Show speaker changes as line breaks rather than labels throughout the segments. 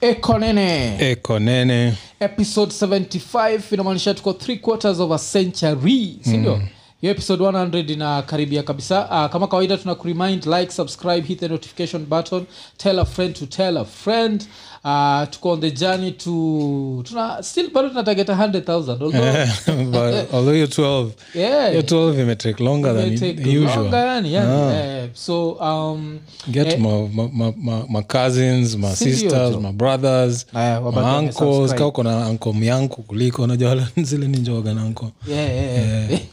eko nene
eko nene
episode 75 inamaanisha tuko 3 quarters of a century sindio
Hmm.
mm hiyo episode 100 inakaribia kabisa uh, kama kawaida tuna kuremind like subscribe hit the notification button tell a friend to tell a friend uh, tuko on the journey to tuna still bado tunatageta 100000 although
But although you're 12
yeah,
you're 12 you may take longer than
may
u-
take
usual Ah.
longer, yani, yani, eh, so um,
get
eh,
my, my, my, my, my cousins my
Si ndio
sisters
tu.
my brothers
Aya,
my
wabaki wame
uncles
subscribe.
ka uko na anko myanku kuliko unajua wala zile ni njoga na anko
yeah, yeah, yeah.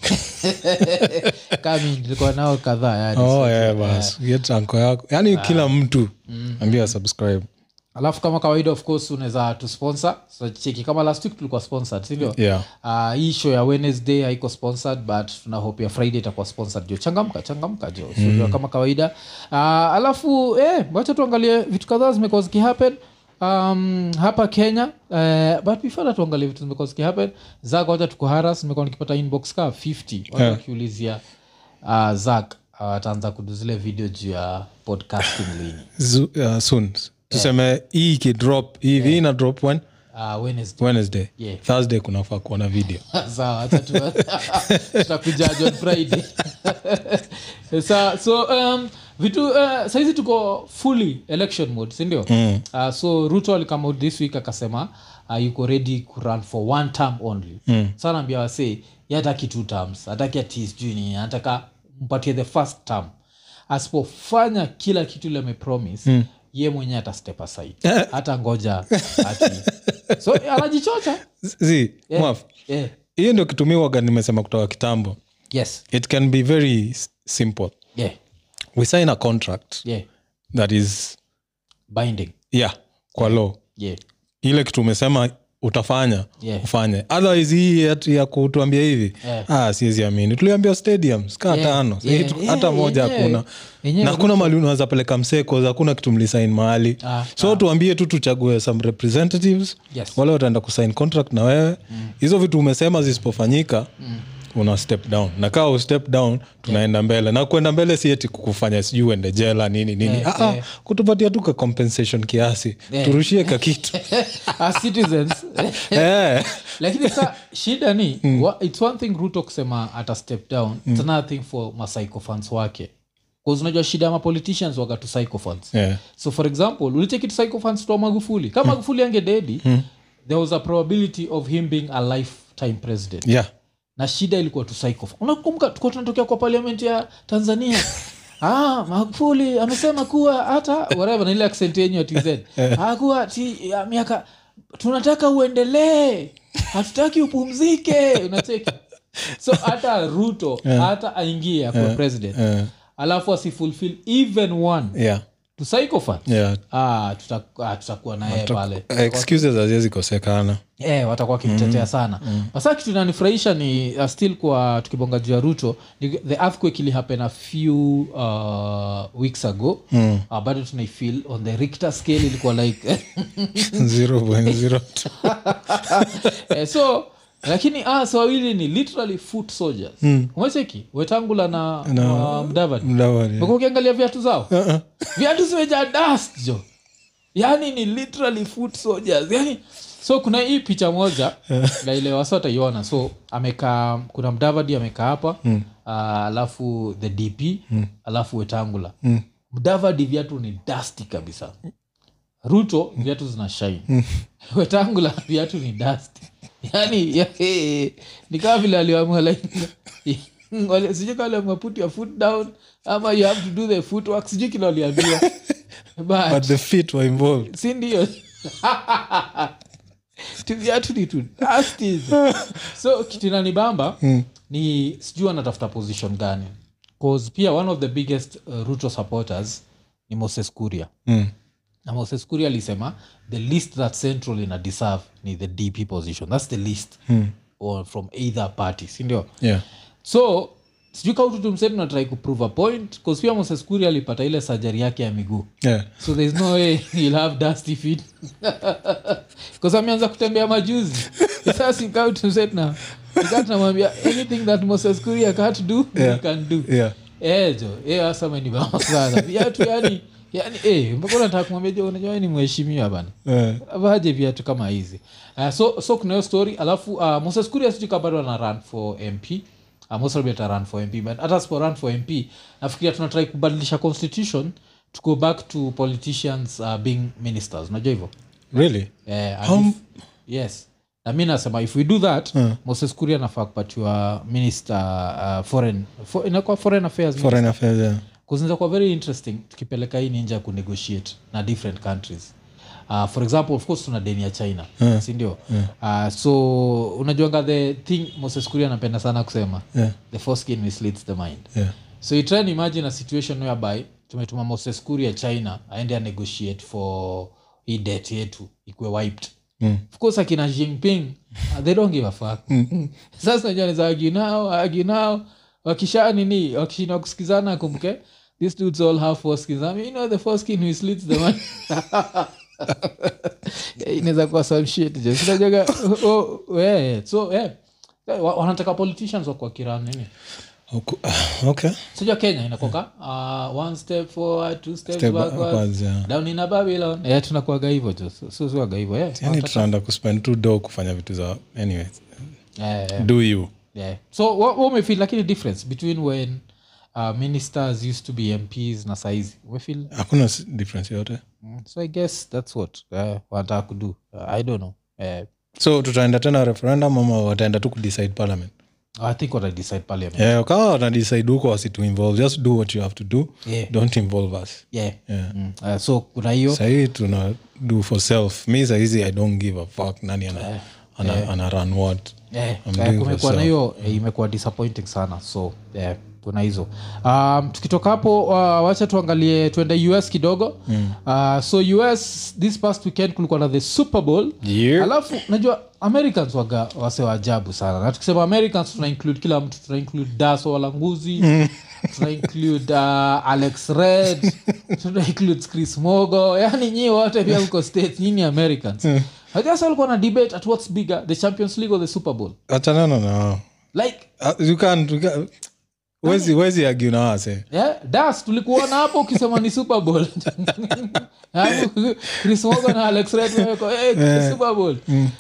kami nilikuwa nao kadhaa yani
oh
Ah.
yeah bas get anko yako yani kila mtu
Mm-hmm.
ambia subscribe
alafu kama kawaida of course unaweza tusponsor so cheki kama last week tulikuwa sponsored sindio
yeah
Uh, hii show ya wednesday haiko sponsored but tuna hope ya friday itakuwa sponsored jo changamka changamka jo mm. kama kawaida uh, alafu eh, wacha tuangalie vitu kadhaa zimekuwa zikihappen um, hapa kenya uh, but before that tuangalie vitu zimekuwa zikihappen zak wacha tuko haras nimekuwa nikipata inbox ka 50 watu wakiulizia uh, zak uh, ataanza kudu zile video juu ya podcasting lini
Zu, uh, soon tuseme hii ikidrop hivi ina drop when
uh, wednesday
wednesday
Yeah.
thursday kunafaa kuona video
sawa acha tu- tutakuja on friday sa so um, vitu uh, saizi tuko fully election mode sindio mm. uh, so ruto alikama out this week akasema uh, yuko ready kurun for one term only mm. sanaambia wase yataki two terms ataki ati sijui nini anataka mpatie the first term asipofanya kila kitu ile amepromise mm ye mwenyewe ata step aside hata ngoja ati so anajichocha
zi mwaf
yeah.
hiyo ndio kitumiwaga nimesema kutoka kitambo
yes
it can be very s- simple
yeah
we sign a contract
yeah
that is
binding
yeah kwa law
yeah
ile kitu umesema utafanya
Yeah.
ufanye otherwise hii ya, ya kutuambia hivi
Yeah.
ah, siwezi amini tuliambia stadiums kaa
Yeah,
tano Sahii
yeah,
tu-
yeah,
hata moja
yenyewe.
hakuna
Yenyewe
na hakuna mali unaweza peleka msekos hakuna kitu mlisain mahali
Ah,
so tuambie tu tuchague some representatives
Yes. Mm.
wale wataenda kusain contract na wewe hizo vitu umesema zisipofanyika una step down na kaa u step down tunaenda mbele na kuenda mbele si eti kukufanya sijui uende jela nini nini
Yeah,
ah, ah, kutupatia tu ka compensation kiasi turushie ka kitu
as citizens Hmm.
Eh.
lakini sa shida ni wa, its one thing ruto kusema ata step down mm. another thing for masycophans wake 'Cause unajua shida ya mapoliticians wagatu psychophans
Yeah.
so for example ulicheki tu psychophans to magufuli kama magufuli ange dedi there was a probability of him being a lifetime president
Yeah.
na shida ilikuwa tu psychophone. unakumbuka tukuwa tunatokea kwa parliament ya tanzania Ah, magufuli amesema kuwa hata whatever, na ile accent yenyu ya tz
Eh.
hakuwa ti ya miaka tunataka uendelee hatutaki upumzike unacheki so hata ruto hata aingie akuwa president
eh.
alafu asifulfill even one
Yeah.
to psychophone
Yeah.
ah, tuta, ah, tutakuwa naye pale
excuses haziwezi kosekana
yeah, Eh, watakuwa wakimtetea sana hasa kitu inanifurahisha ni uh, still kwa tukibonga juu ya ruto ni the earthquake ilihappen a few uh, weeks ago mm. uh, bado tunaifeel on the richter scale ilikuwa like
0.02.
eh, so lakini ah, so wawili ni literally foot soldiers mm. umecheki wetangula na Eh. no. uh, mdavadi
Mdawari.
Umekuwa ukiangalia viatu zao
Uh-uh.
viatu zimeja Yaani dust jo yani ni literally foot soldiers yani so kuna hii picha moja na ile wasi wataiona so amekaa kuna mdavadi amekaa hapa mm. uh, alafu the dp mm. alafu wetangula mm. mdavadi viatu ni dasti kabisa ruto viatu zina shine wetangula viatu ni dasti yani ya, ni kama vile aliamua like wale- sijui kama aliamua put your foot down ama you have to do the footwork sijui kila waliambiwa but
But the feet were involved.
si ndio Tu- viatu ni tu dusty hizo. so kitu inanibamba ni sijui anatafuta position gani cause pia one of the biggest uh, ruto supporters ni moses kuria
Mm.
na moses kuria alisema the least that central ina deserve ni the dp position thats the least mm. or from either party sindio
Yeah.
so sijui kaututumsetu natrai kuprove a point cause pia moses kuria alipata ile sajari yake ya miguu
Yeah.
so there's no way he'll have dusty feet because ameanza kutembea majuzi sasa sikao tuzetna tunamwambia anything that moses kuria can't do Eh, yeah. he
Yeah.
can do
Yeah.
ejo eyo asameni bama sana viatu yani yani eh, mpaka nataka kumwambia jo unajua wewe ni mheshimiwa bana
Eh,
vaje viatu kama hizi uh, so, so kunayo story alafu uh, moses kuria sijui kama bado ana run for mp uh, moses Albert ana run for mp but hata sipo run for mp nafikiria tunatrai kubadilisha constitution to go back to politicians uh, being ministers unajua hivyo
really
Eh, and
How-
if- yes na mi nasema if we do that
Mm.
moses kuria anafaa kupatiwa minister uh, foreign for, inakuwa foreign affairs minister
foreign affairs yeah.
kuzinza kwa very interesting tukipeleka hii ninja kunegotiate na different countries uh, for example of course tuna deni ya china yeah. sindio yeah. uh, so unajuanga the thing moses kuria anapenda sana kusema
Yeah.
the foreskin misleads the mind
Yeah.
so you try and imagine a situation whereby tumetuma moses kuria china aende anegotiate for hii debt yetu ikuwe wiped
Mm.
of course akina jinping uh, they don't give a fuck sasa unajua ni za argue now argue now wakisha ah, nini wakishinda kusikizana kumke these dudes all have foreskins I mean, you know the foreskin who slits the man Eh, inaweza kuwa some shit just unajuaga, oh, oh, eh, so eh, eh, wa- wanataka politicians wakuwa kiran nini
Huku- ah, okay
sijua kenya inakoka uh, one step forward two steps
Step
backwards
backwards, yeah.
down in a babylon eh, tunakuaga hivyo jo susuaga hivyo eh,
yani tunaenda kuspend two do kufanya vitu za anyways
eh, eh.
do you
yeah. so wha- wha umefeel lakini difference between when uh, ministers used to be mps na saizi umefeel
hakuna s- difference yote
mm. so i guess that's what uh, wanataka kudo uh, i don't know uh,
so tutaenda tena referendum ama wataenda tu kudecide parliament
i think what i decide parliament
yeah. kawa wanadecide huko wasitu involve just do what you have to do
Yeah.
don't involve us
yeah,
Yeah.
Mm. Uh, so kuna hiyo
sahii tuna do for self mi sahizi i don't give a fuck nani ana, ana, ana run what
Eh,
I'm
eh,
doing
kumekuwa
for
na hiyo eh, imekuwa disappointing sana so eh, kuna hizo um, tukitoka hapo uh, wacha tuangalie tuende us kidogo mm. uh, so us this past weekend kulikuwa na the super bowl
Yeah.
alafu najua americans waga wase wa ajabu sana na tukisema americans tuna include kila mtu tuna include daso walanguzi tuna include uh, alex red tuna include chris mogo yani nyii wote pia huko states nyini americans I guess walikuwa na debate at what's bigger the champions league or the super bowl
achanana na wao.
like
Ah, you can't- you can't- wezi wezi argue na eh. wase
yeah, Eh, das tulikuona hapo ukisema ni super bowl Alafu chris mogo na alex red wamewekwa, "Hey, super bowl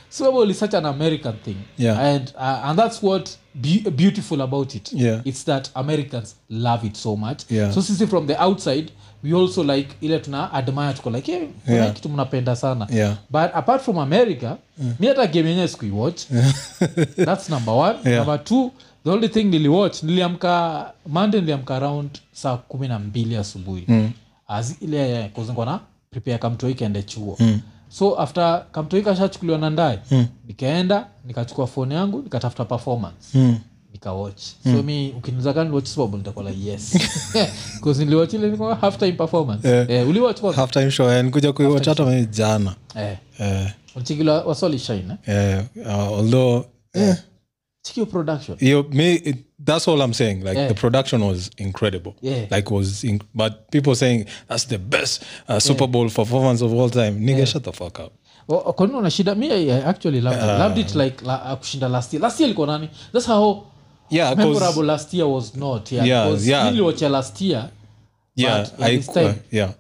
super bowl is such an american thing
Eh, mm. Yeah.
and, uh, and that's what be- beautiful about it
Yeah.
it's that americans love it so much
Yeah.
so sisi from the outside we also like ile tuna admire tuko like hey, kuna
Yeah.
kitu mnapenda sana
Yeah. Mm.
but apart from america mi hata game yenyewe sikuiwatch that's number one yeah. number two the only thing niliwatch niliamka monday niliamka around saa kumi na mbili asubuhi mm. ile kuzingwa na prepare kamtoiki ende chuo mm. so after kamtoiki ashachukuliwa na ndae mm. nikaenda nikachukua fone yangu nikatafuta performance mm nikawatch so mi ukiniuliza kama niliwatch Super Bowl, nitakuwa like yes 'Cause niliwatch ile ilikuwa half time performance
Yeah.
eh, uliwatch kwanza?
halftime show eh, nikuja kuiwatch hata mimi jana
eh,
eh,
mchikila wasoli shine
eh, uh, although eh,
chikio production
you me it, that's all i'm saying like
Yeah.
the production was incredible
Yeah.
like was in, but people saying that's the best uh, super bowl performance of all time nigga shut the fuck up
O- o- kwanini Oh, unashinda mi I- I actually loved
Ah.
it. Loved it like la, uh, kushinda last year last year ilikuwa nani that's how
yeah 'cause-
memorable last year was not yeah,
Yeah,
because
yeah.
niliwatcha last year
yeah
but at
I, uh,
this time-
yeah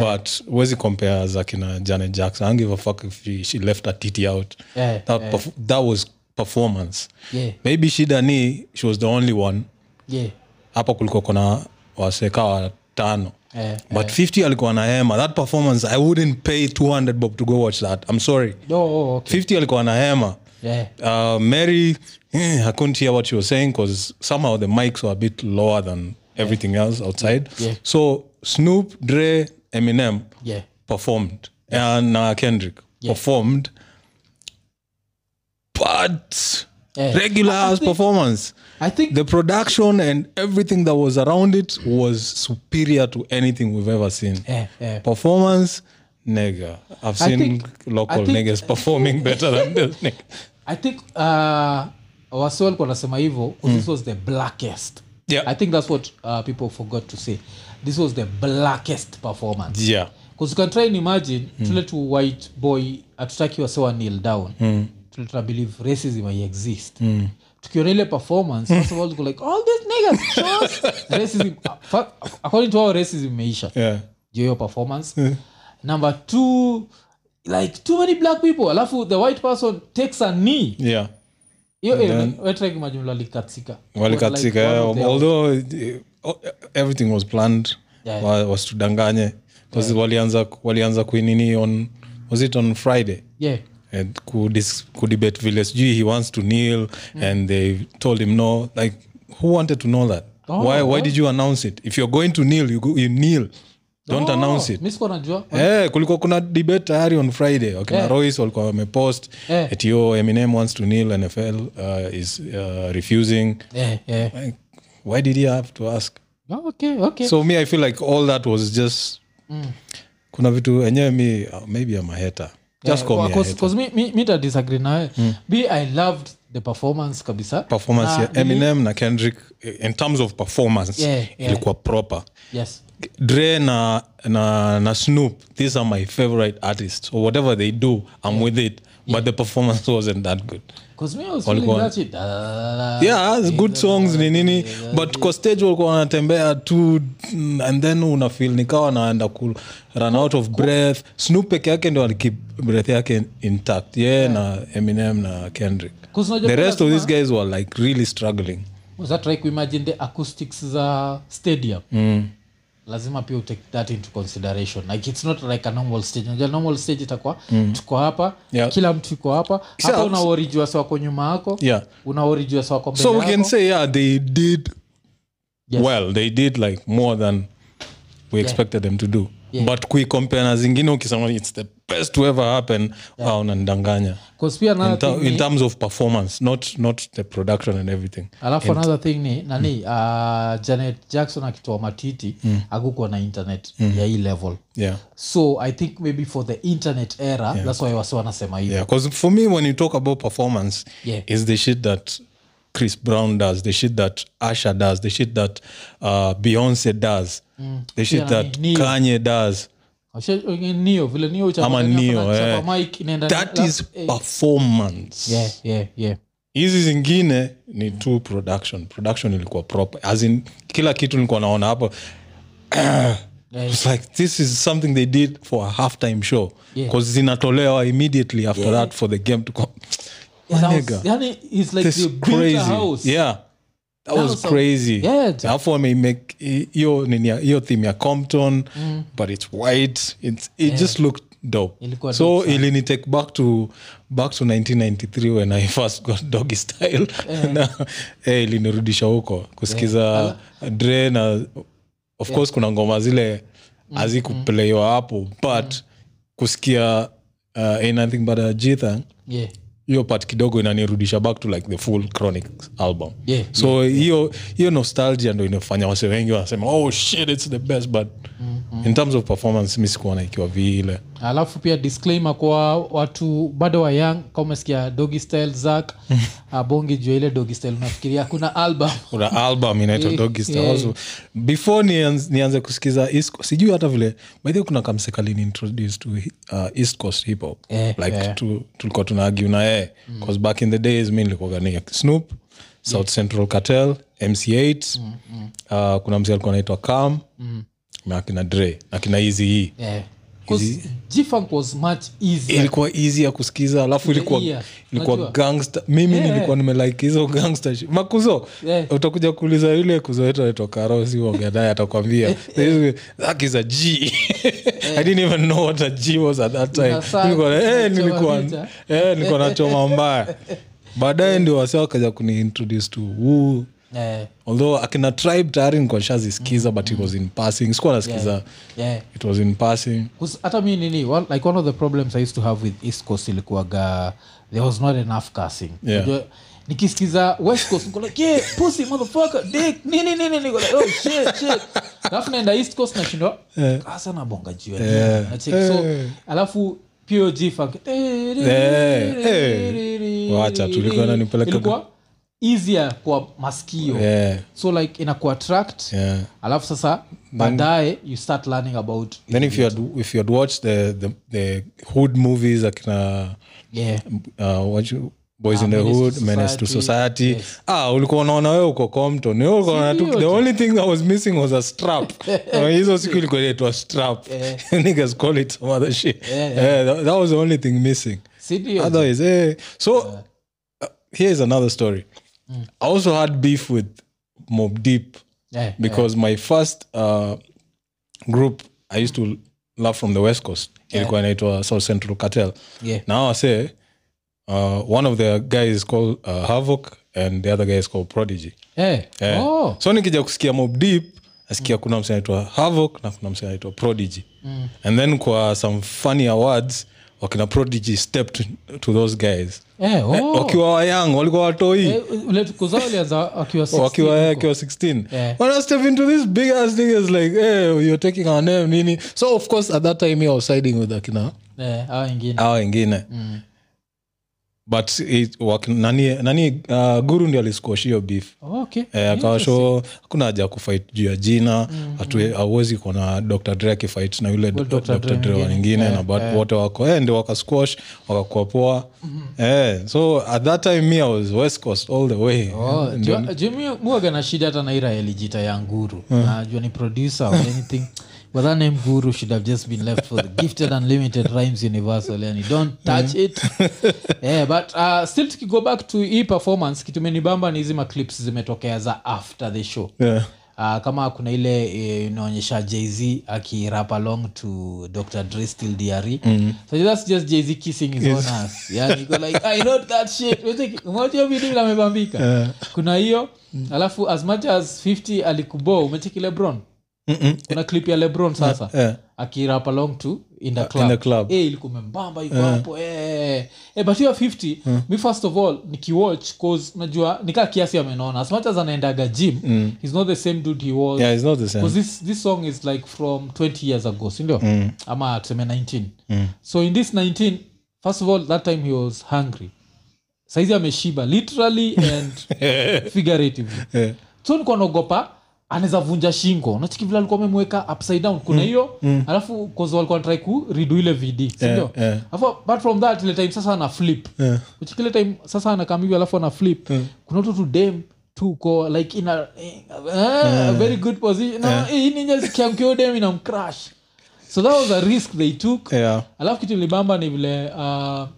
but wezi compare zakina janet jackson i don't give a fuck if she, she left a titi out
Yeah,
that, perf- that was performance
yeah
maybe shida ni she was the only one
yeah
hapa kuliko kona waseka watano
Eh,
but 50 alikuwa na hema that performance i wouldn't pay 200 bob to go watch that i'm sorry
oh, oh, okay.
50 alikuwa na hema
yeah
uh, mary eh, i couldn't hear what she was saying because somehow the mics were a bit lower than everything else outside
Yeah.
so snoop dre eminem
yeah
performed and uh, kendrick performed but
Yeah.
regular as performance
i think
the production and everything that was around it was superior to anything we've ever seen
yeah, yeah.
performance nigga i've
I
seen
think-
local
I think-
niggas performing better than this nigga
i think uh, wasi walikuwa wanasema hivyo this was the blackest
Mm. Yeah.
i think that's what uh, people forgot to say this was the blackest performance
yeah
Because you can try and imagine
Hmm.
mm. tule tu white boy hatutaki wasewa nil down
Hmm.
mm. tule tuna believe racism i exist mm. tukiona ile performance first of all tuko like all these niggas shows racism fa- according to our racism imeisha
yeah
juu ya hiyo performance
Hmm.
number two like too many black people alafu the white person takes a knee
yeah
hiyo eh, Wetleg majumla likatsika
walikatika
Like,
yeah,
one of the-
although eh, oh, everything was planned
Yeah.
wa- wasitudanganye 'Cause walianza walianza kuinini on was it on friday
yeah
and kudis- kudebate vile sijui he wants to kneel
Mm.
and they told him no like who wanted to know that
Oh,
why, why
what?
did you announce it if you're going to kneel you, go, you kneel don't
Oh,
announce it
mi sikuwa najua
Eh, kulikuwa kuna debate tayari on friday wakina
Eh.
royce walikuwa wamepost
Eh.
ati yo eminem wants to kneel nfl uh, is uh, refusing
yeah yeah
like, why did he have to ask
Oh, eh. okay okay
so me i feel like all that was just
Mm.
kuna vitu enyewe mi uh, maybe i'm a hater just call me a hater.
mitadisagree nawe b i loved the performance kabisa
Hmm. performance
Na
ya eminem na kendrick in terms of performance
Yeah, yeah.
ilikuwa proper
yes
dre na, na, na snoop these are my favorite artists or whatever they do i'm with it but the performance wasn't that good
'Cause me I was
Walikuwa-
feeling that shit. Da, da, da, da.
Ah, yeah good songs ni nini but kwa stage walikuwa wanatembea tu mm, and then unafil nikawa naenda ku run out of breath snoop peke yake ndo alikip breath yake intact ye yeah, na eminem na kendrick
'Cause unajua
the
pia
rest of
lazima-
these guys were like really struggling
uzatrai kuimagine the acoustics za stadium
Hmm.
lazima pia utake that into consideration like it's not like a normal stage unajua normal stage itakuwa tuko hapa
Hmm. Yeah.
kila mtu iko hapa
Kisha-
hata unaorijua wako nyuma yako
Yeah.
unaorijua wako mbele
so we can
yako.
say yeah they did
Yes.
well they did like more than we expected them to do but kuicompare na zingine ukisema it's the best to ever happen yeah. unanidanganya
'Cause pia another
in, ter-
thing ni-
in terms of performance not not the production and everything
alafu another thing ni nani
Mm.
uh, janet jackson akitoa matiti mm. akukuwa na internet
Mm.
ya hii level
yeah
so i think maybe for the internet era that's why wasi wanasema hivyo
yeah because for me when you talk about performance
Yeah.
is the shit that chris brown does the shit that asha does the shit that uh, beyonce does the shit
Mm. Yeah,
that
Neo.
kanye does
Washe- eh, nio vile nio cha-
ama
nani
neo
hapa na-
eh.
chapa mic inaenda-
that
la-
is
eh,
performance
yeah, yeah, yeah.
hizi zingine ni tu production production ilikuwa proper as in kila kitu nilikuwa naona hapo
Eh.
It's like this is something they did for a half time show
Yeah.
because zinatolewa immediately after that for the game to come
That was-
nigga,
yani, it's like
this
they
is
built a
crazy
house.
yeah that was
was a-
crazy
Yeah, ja-
alafu wameimake i- hiyo nini ya- hiyo theme ya compton
Mm.
but it's white it's, it just looked dope
Ilikuwa
so
dope sana.
ilini take back to back to 1993 when i first got doggy style na eh, ilinirudisha huko kusikiza dre na of course kuna ngoma zile
Mm-hmm.
hazikupleiwa hapo but
Mm.
kusikia uh, Ain't nothing but a G thang
Yeah.
hiyo part kidogo inanirudisha back to like the full chronic album
Yeah,
so hiyo hiyo nostalgia ndo inafanya wase wengi wanasema oh shit it's the best but
Mm-hmm.
in terms of performance mi sikuona ikiwa vile
alafu pia disclaimer kwa watu bado wa young kama umesikia dogi style zak abongi jua ile dogi style unafikiria kuna album
kuna album inaitwa
Yeah,
Doggy Style.
Eh, yeah.
Also, before nianz- nianze kusikiza East Coast- sijui hata vile by the way kuna kamseka introduce to uh, east coast hip hop
Eh, Mm.
like
eh.
tu- tulikuwa tuna argue na yeye because back in the days mi nilikuwaga ni snoop south central cartel mc8
Mm,
uh, kuna mzee alikuwa anaitwa cam na akina dre na akina eazy E.
yeah. Eh, 'Cause G-Funk was much easier
ilikuwa easy ya kusikiza alafu ilikuwa
ear,
ilikuwa
unajua?
gangster mimi
Yeah.
nilikuwa nimelike hizo gangster shi- makuzo
Yeah.
utakuja kuuliza yule kuzo wetu anaitoka rosi wagadaye atakwambia that is a g i didn't even know what a g was at that time
Una saa,
nilikuwa eh,
unachoma
nilikuwa
picha.
eh, nilikuwa nachoma mbaya baadaye ndio wase wakaja kuniintroduce to who
Eh,
although akina tribe tayari nilikuwa shazisikiza but it was in passing sikuwa nasikiza
yeah.
it was in passing
'Cause hata mi nini one, like one of the problems i used to have with east coast ilikuwaga there was not enough cussing
Yeah.
Unajua, nikisikiza west coast niko like yeah pussy motherfucker dick nini nini niko like oh shit shit alafu naenda east coast nashindwa hasa nabonga juu ya nini,
Yeah.
nacheki. so
Eh.
alafu pog funk
eh. Wacha tu, ilikuwa inanipeleka-
Ilikuwa easier kwa masikio
yeah,
so like inakuwa attract
yeah.
alafu sasa baadaye you start learning about
then if you had if you had watched the the, the hood movies akina
yeah
uh, what you, boys in the
Menace to
hood menace to
Society,
society ah ulikuwa unaona wewe uko compton wewe uko unaona tu-
Serious.
the only thing that was missing was a strap Na hizo siku ilikuwa inaitwa strap niggas call it some other shit
Yeah,
Eh, that, that was the only thing missing
Serious.
otherwise eh so uh, here's another story
Mm.
i also had beef with mob deep
Eh, eh.
because my first uh, group I used to love from the West Coast. Ilikuwa inaitwa South Central Cartel.
Yeah.
Now I say uh, one of the guys is called uh, Havoc and the other guy is called Prodigy.
Eh.
Eh,
Oh. Mm.
So nikija kusikia Mob Deep nasikia kuna msee anaitwa Havoc na kuna msee anaitwa Prodigy. And then kwa some funny awards wakina Prodigy stepped to those guys.
Eh, oh.
Eh, wakiwa wayang walikuwa watoi
Eh, ule kuzaa ulianza akiwa 16
wakiwa
huko.
yeye akiwa 16
Yeah.
when i step into this big ass thing is like hey, you're taking our name nini so of course at that time i was siding with akina
Eh, hawa wengine
hawa wengine but it, wak, nani, nani uh, guru ndio aliskuashio beef
Oh, okay.
Eh, akawa show hakuna haja ya kufight juu ya jina hatu- hauwezi kuona dr dre akifight na yule
Dr. Dre
dr dre wengine na but wote wako eh, ndio wakasquash wakakuwa poa eh, so at that time me i was west coast all the way
Oh, jua- juu mi- mi huwaga na shida hata na ira elijita ya nguru najua ni producer or anything but that name guru should have just been left for the gifted unlimited rhymes universal yani don't touch it yeah, but uh, still tukigo back to hii performance kitumenibamba ni hizi maclips zimetokea za after the show
yeah.
Uh, kama kuna ile eh, inaonyesha jz akirap along to dr dre still dre mm. so that's just jz kissing his own ass yani iko like i wrote that shit Unacheki, umeona hiyo video vile amebambika kuna hiyo alafu as much as 50 alikubo umecheki lebron kuna clip ya lebron sasa
eh.
akirap along to in the club,
in the club.
Eh, ilikuwa imembamba iko hapo eh. Eh, but hiyo 50 mi first of all nikiwatch cause unajua nikaa kiasi amenona as much as anaendaga gym he's not the same dude he was
yeah it's not the same
Because this, this song is like from 20 years ago sindio mm. ama tuseme 19 mm. so in this 19 first of all that time he was hungry saizi ameshiba literally and figuratively
Yeah.
so nikuwa naogopa anaweza vunja shingo unachiki vile alikuwa amemweka upside down kuna
Mm.
hiyo alafu cause walikuwa try ku redo ile vd sindio
yeah.
alafu apart from that ile time sasa ana flip
Yeah.
uchiki ile time sasa anakamivi alafu ana flip kuna utu tudem tuko like in a, eh, a very good position no, hii ninja zikiamkia udem ina mcrash so that was a risk they took
Yeah.
alafu kitu libamba ni vile uh,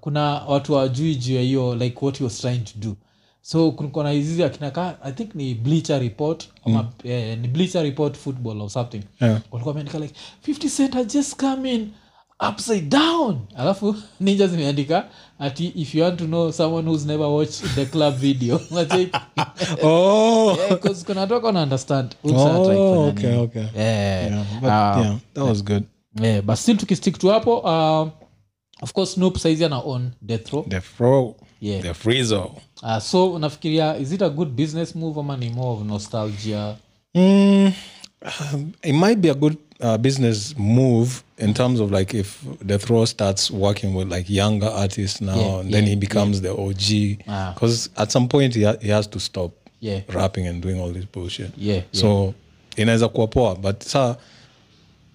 kuna watu wajui juu ya hiyo like what he was trying to do so kulikuwa na hizi akinaka i think ni bleacher report ama eh, ni bleacher report football or something
Mm. Yeah.
walikuwa wameandika like 50 cent had just come in upside down alafu ninja zimeandika ati if you want to know someone who's never watched the club video eh,
Oh.
kunatoka una understand Ulsa try
Oh,
kufanya
okay,
nini.
okay.
Eh,
Yeah, but
ah,
yeah, that was good.
yeah, but still tukistick to hapo uh, of course snoop saizi ana own death row
The fro,
Yeah.
the freezo.
uh, so nafikiria is it a good business move ama ni more of nostalgia
Mm, it might be a good uh, business move in terms of like if the throw starts working with like younger artists now,
Yeah,
and then
yeah,
he becomes the
Ah.
OG. Because at some point he, ha- he has to stop
Yeah.
rapping and doing all this bullshit.
Yeah,
So inaweza kuwa poa, but saa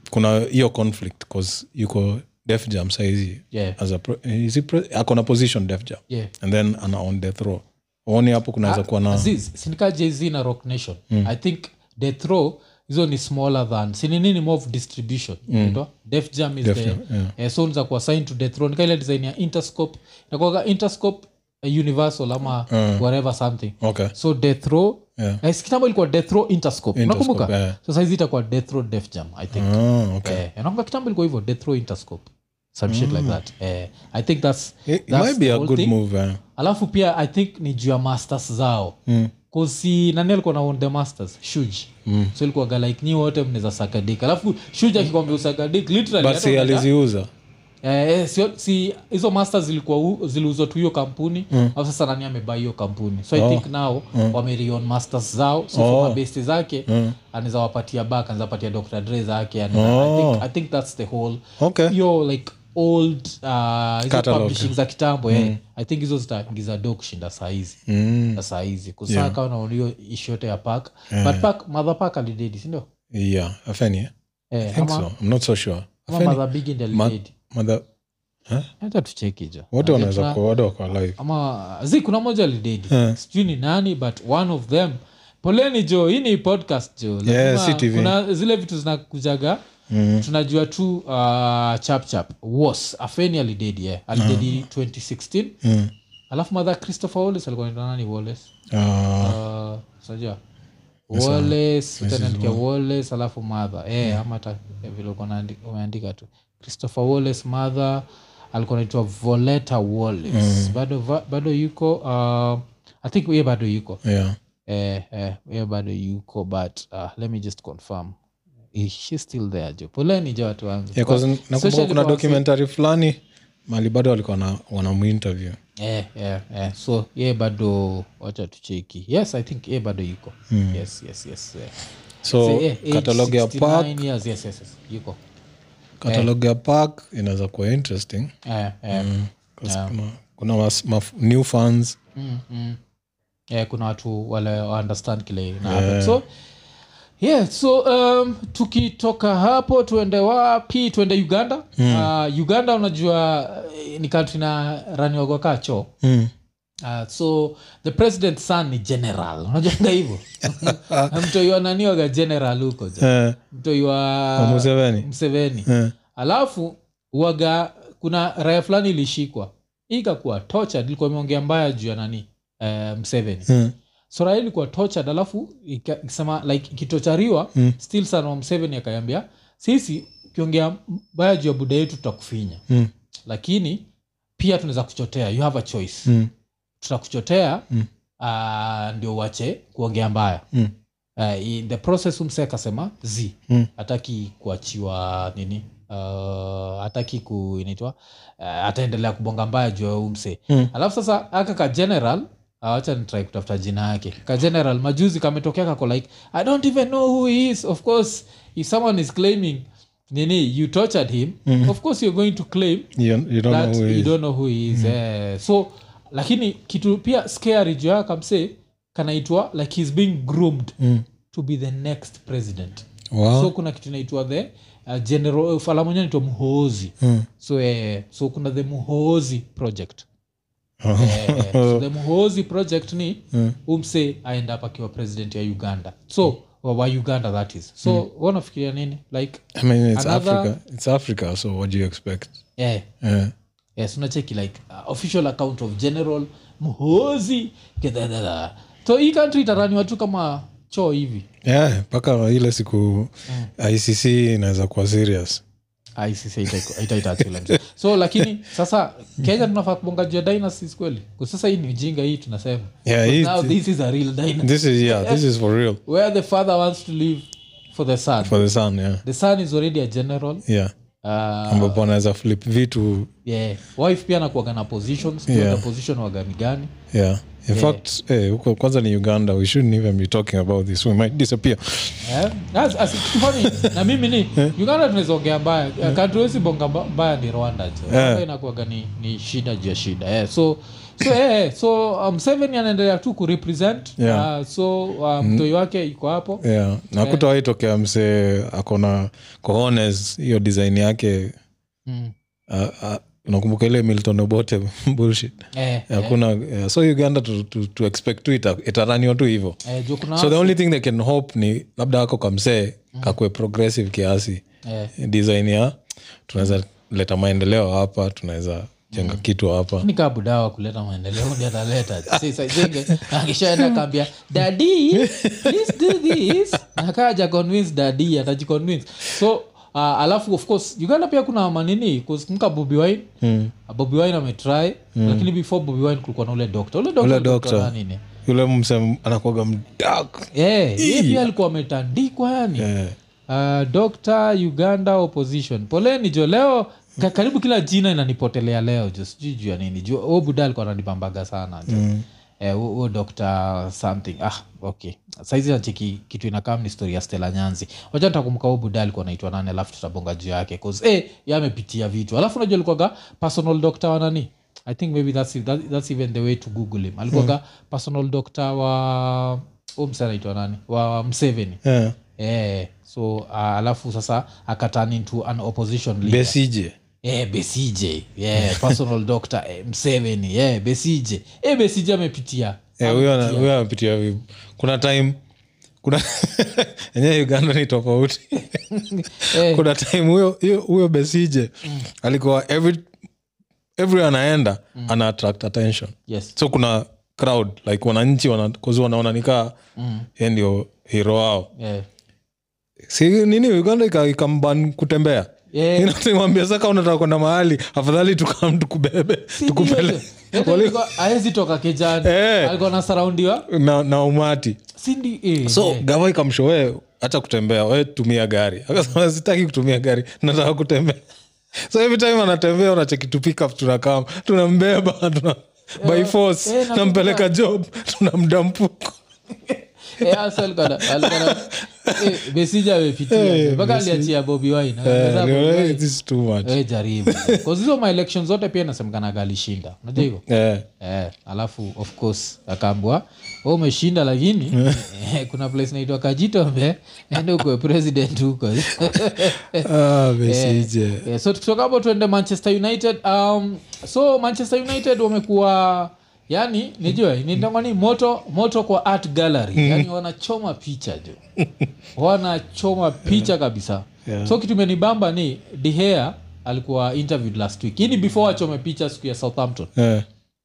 kuna hiyo conflict cause yuko Def Jam saizi
Yeah.
as a pro, is he pro, ako na position Def Jam
Yeah. Ah,
and then ana on death row. Uone hapo kunaweza kuwa na
Aziz, sinika jz na rock nation i think the throw hizo ni smaller than sini nini more of distribution mm. def jam is the eh, so unaweza kuwa sign to the throw nika ile design ya interscope inakuwaga interscope eh, universal ama whatever something
okay.
so death row
Yeah.
yeah. kitambo ilikuwa death row interscope unakumbuka
yeah.
so saizi itakuwa death row def jam i think
Oh, okay. Mm.
eh, nakumbuka kitambo ilikuwa hivyo death row interscope some shit like that eh, i think that's,
It, it
that's
might be
the
a
whole
good
thing.
move. Eh?
alafu pia i think ni juu ya masters zao mm. kosi nani alikuwa naon the masters shuj mm. so ilikuwaga like nyi wote mnaweza sakadik alafu shuj akikwambia usakadik literally
Mm. But
hata
si
unaenda-
aliziuza.
Eh, eh, sio- si hizo masters zilikuwa u- ziliuzwa tu hiyo kampuni
Mm.
alafu sasa nani amebai hiyo kampuni so i think now wamerion masters zao so
Oh. Mm.
for mabesti zake anaweza wapatia back anaweza patia dr dre zake anaweza- I, think, i think that's the whole
Oh. Okay.
hiyo like old uh, hizo
Catalog. Mm.
publishing za kitambo eh, i think hizo zitaingiza do kushinda sahizi mm. sahizi kusaa yeah. kawa naona hiyo ishu yote ya pak
Eh.
but pak madha pak alidedi sindio
Yeah, Afeni. I
eh,
think
ama,
so. I'm not so sure.
ama
Afeni-
madha bigi ndi
Ma-
alidedi
mother
hata tucheki jo
wote
Manze,
wanaweza
tuna-
kuwa wado wako alive
ama zi kuna moja lidedi
Eh.
sijui ni nani but one of them poleni jo hii ni podcast jo
Yeah,
Lazima
si Mm-hmm. TV.
kuna zile vitu zinakujaga tunajua tu uh, chapchap was afeni alidedi yeah. alidedi
Ah.
2016
Mm.
alafu madha christopher Wallace alikuwa anaitwa nani Wallace?
Ah,
Uh, unajua Wallace, utaandika Wallace, alafu mother eh ama hata vile uko naandi- umeandika tu christopher Wallace, mother alikuwa naitwa voleta Wallace.
Mm.
bado, va- bado yuko uh, i think ye bado yuko
yeah.
eh, eh, ye bado yuko but uh, let me just confirm Eh, she's still there jo poleni jo watu wangu
Yeah, 'cause nakumbuka
especially
kuna
kwa wasi-
documentary fulani mali bado walikuwa na- wanamuinterview
Eh, eh, eh. so ye bado wacha tucheki yes i think ye bado yuko
Mm.
yes yes yes eh.
so
Say, eh, age
catalog ya park
69 eh. years, yes, yes, yes, yuko
catalog ya park inaweza kuwa interesting
Eh, eh,
Mm. 'cause kuna, kuna mas, maf, new fans
mm, mm. Eh, kuna watu wale wa understand kile ina happen.
Eh.
so yeah so um, tukitoka hapo tuende wapi tuende uganda
Mm.
uh, uganda unajua eh, ni country na raniwagwa kaa choo
mm.
Uh, so the president son ni general unajonga hivyo mtoiwa naniwaga general huko ja.
eh,
mtoiwa
Museveni.
mseveni
eh,
alafu waga kuna raya fulani ilishikwa ikakuwa tortured ilikuwa imeongea mbaya juu ya nani eh, mseveni
eh,
so raya ilikuwa tortured alafu ika- ikisema like ikitochariwa mm. still sana wa mseveni akayambia sisi ukiongea mbaya juu ya buda yetu tutakufinya
mm,
lakini pia tunaweza kuchotea you have a choice
mm,
tutakuchotea
Mm.
ah, ndio uache kuongea mbaya
mm,
uh, in the process umse akasema z
Mm.
hataki kuachiwa nini uh, hataki ku inaitwa uh, ataendelea kubonga mbaya juu ya umse
Mm.
alafu sasa aka ka general awacha nitrai kutafuta jina yake ka general majuzi kametokea kako like i don't even know who he is of course if someone is claiming nini you tortured him mm. of course you're going to claim
you, you Hmm. don't
that
know who he
you
is. Hmm.
don't know who he is eh. so lakini kitu pia scary juu yake kamse kanaitwa like he's being groomed
Mm.
to be the next president
Wow.
so kuna kitu inaitwa the uh, general falamonya naitwa muhoozi
Mm.
so eh, so kuna the muhoozi project
Oh.
Eh, eh, so the muhoozi project ni
Mm.
umse aend up akiwa president ya uganda so wa wa uganda that is so mm. wanafikiria nini like
I mean, it's
Another-
Africa. It's Africa. So what do you expect?
eh,
Yeah.
yes unacheki like uh, official account of general mhozi kedadada so hii country itaraniwa tu kama choo hivi
Yeah, mpaka ile siku
Mm.
ICC inaweza kuwa serious.
Ai, sisi haita- haitaitaki ule mzee. so lakini sasa kenya tunafaa kubonga juu ya dynasties kweli Kwa sasa hii ni ujinga hii tunasema
Yeah,
But
hii-
now this is a real dynasty
This is yeah, this is for real
where the father wants to live for the son
for the sun, yeah.
the son is already a general
Yeah.
uh,
Ambapo anaweza flip vitu
yeah. wife pia anakuwaga na positions
Yeah.
yeah. position wagani gani
yeah. In fact, eh, huko kwanza ni Uganda. We shouldn't even be talking about this. We might disappear.
Eh, as- as- kitu funny, na mimi ni
Eh?
uganda tunawezaongea mbaya kantuwezi bonga mba- mbaya ni rwanda
Eh.
tu. Rwanda inakuwaga ni, ni shida juu ya shida eh, so so, eh, eh, so um, Museveni anaendelea tu kurepresent
Yeah. Mm-hmm.
uh, so uh, mtoi wake iko hapo
Yeah.
Eh.
Na kutawahi tokea msee akona cojones hiyo design yake.
Mm.
Uh, uh, unakumbuka ile Milton Obote bullshit.
eh, eh,
Hakuna yeah. so Uganda to, to, to expect tu ita- itaraniwa tu hivyo.
eh, juu kuna
so the only thing they can hope ni labda wako kamsee kakue progressive kiasi
eh,
design ya tunaweza leta maendeleo hapa tunaweza jenga kitu hapa
ni kaa budawa kuleta maendeleo ndi ataleta Sasa zenge, akishaenda kaambia dadi please do this nakaja convince dadi atajiconvince so uh, alafu of course uganda pia kuna manini kumka bobi wine
Hmm.
mm. bobi wine ametry mm. lakini before bobi wine kulikuwa na ule dokta ule dokta
Ule
alikuwa
doctor.
na nini
yule msem anakuaga mdak
Eh, yeye pia alikuwa ametandikwa yani uh, Dr. uganda opposition poleni jo leo ka, karibu kila jina inanipotelea leo jo sijui juu ya nini juu huo buda alikuwa ananibambaga sana jo mm. eh, huo- huo Dr. something ah okay saizi nacheki kitu inakaa ni story ya stela nyanzi wacha nitakumbuka huo buda alikuwa anaitwa nani alafu tutabonga juu yake cause eh yeye amepitia vitu alafu unajua alikuwaga personal doctor wa nani i think maybe that's, that, that's even the way to google him alikuwaga personal doctor wa huo msee anaitwa nani wa mseveni eh, so uh, alafu sasa akaturn into an opposition leader.
besije
Eh, besije yeah, personal doctor eh, mseveni yeah, besije eh, besije amepitia
Eh, huyo ana- huyo anapitia vi- kuna time kuna enyewe uganda ni tofauti
Eh.
kuna time huyo huyo- huyo besije alikuwa every every anaenda ana attract attention
yes
so kuna crowd like wananchi wana, 'cause wanaona nikaa mm. ndio hero wao
yeah.
si nini uganda ika- ikamban kutembea
Yeah.
inamwambia saka unataka kwenda mahali afadhali tukam tukubebe tukupele Wali-
aezi eh, toka kijani
Eh.
alikuwa na saraundiwa
na, na umati
sindi eh,
so
eh.
gava ikamshowe hata kutembea we tumia gari akasema sitaki kutumia gari nataka kutembea so every time anatembea unacheki to pick up tunakam tunambeba tuna, by force
eh, nakumbuka.
nampeleka job tunamdampuko
Eh, hasa alikuwa na- alikuwa na- eh, besija amepitia
Eh,
mpaka aliachia bobi wine Akaongeza Bobi Wine.
this too much
Eh, jaribu 'Cause hizo maelection zote pia inasemekanaga alishinda unajua hivyo
Eh,
eh, alafu of course akaambwa "Wewe umeshinda lakini eh, kuna place naitwa kajitombe ende ukuwe president huko
ah, Besigye.
Eh, so tukitoka hapo tuende manchester united um, so manchester united wamekuwa yani nijue nitamani moto moto kwa art
Mm.
gallery yani wanachoma picha jo wanachoma picha kabisa
Yeah.
so kitu imenibamba ni dihea alikuwa interviewed last week hii ni before achome picha siku ya southampton
Eh,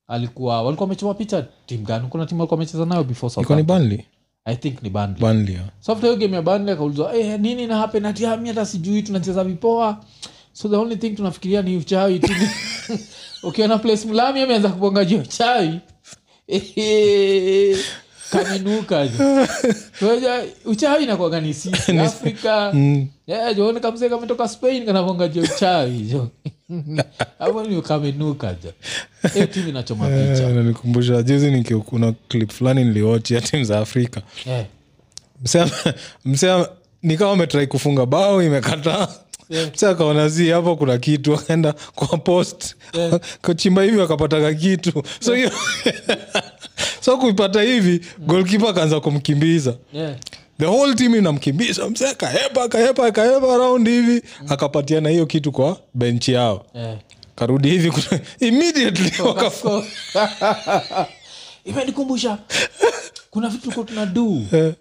alikuwa walikuwa wamechoma picha timu gani kuna timu walikuwa wamecheza nayo before
ilikuwa ni
southampton
Burnley?
i think ni Burnley
Burnley, ah.
so after hiyo game ya Burnley akaulizwa eh, nini na happen ati "Ah, mi hata sijui tunacheza vipoa so the only thing tunafikiria ni uchawi tu ukiona place mlami ameanza kuponga juu ya uchawi kaminuka Tuweja, uchawi inakuwaga ni sisi afrika yeah, joone kamsee kametoka spain kanaponga juu ya uchawi jo hapo ni kaminuka jo hiyo timu inachoma picha
Eh, nanikumbusha juzi niki- kuna clip fulani niliochi ya timu za afrika
Eh,
Msea- msea nikawa ametrai kufunga bao imekataa
Yeah.
msea akaona zi hapo kuna kitu akaenda kwa post kuchimba hivi akapataga kitu so hiyo so kuipata hivi golkipa akaanza kumkimbiza
yeah.
the whole team inamkimbiza msea kahepa kahepa kahepa round hivi akapatiana hiyo kitu kwa benchi yao
Eh.
karudi hivi kuna- immediately waka-
So- imenikumbusha kuna vitu tulikuwa tuna duu
Eh.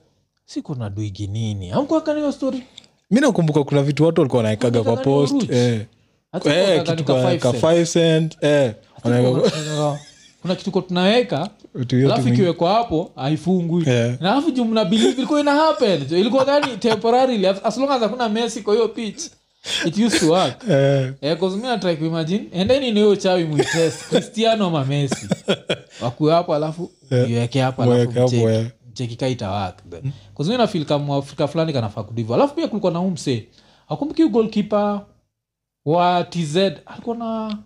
si kuna duigi nini amkuakaniyo stori
mi nakumbuka kuna vitu watu walikuwa wanaekaga kwa
Wanawekanga ni
post
uruchi.
eh. Eh, kitu kwa- ka five cent, eh, wanaweka-
kuna kitu ko tunaweka
Vitu hiyo
alafu
tu Eh. mingi.
ikiwekwa hapo haifungwi
Yeah.
na alafu jumna bilivu ilikuwa ina happen ilikuwa gani temporarily as long as hakuna mesi kwa hiyo pitch it used to work
Eh,
kosminatrai kuimagine endeni niyo chawi mwitest cristiano mamesi wakuwe hapo alafu iweke hapo
Mweke hapo, yeah.
alafu mchekikaitawak kosminafil kamwafrika fulani kanafaa kudivu alafu pia kulikuwa na umse akumbuki golkipa wa tz alikuwa na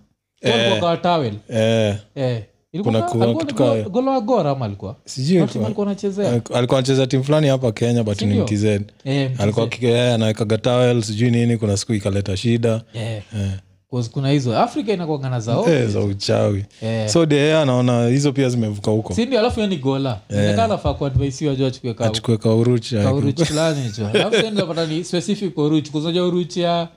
kawatawel
eh, Kuna- kuna kitu kaa hiyo.
golo agora ama alikuwa
sijui
What team
alikuwa- Eh.
alikuwa anachezea
alikuwa- alikuwa anacheza timu fulani hapa kenya but ni
Sindio?
mtz
Eh, MTZ.
alikuwa kike- eh, anawekaga towel sijui nini kuna siku ikaleta shida
Eh. 'Cause kuna hizo afrika inakuangana zao
eh, za uchawi
Eh.
so de anaona hizo pia zimevuka huko
sindio alafu yani gola
Eh.
inakaa nafaa kuadvaisiwa juu achukue ka
achukue kauruchi
Ka uruchi fulani hicho alafu tena unapata ni specific kwa uruchi kuzoja uruchi ya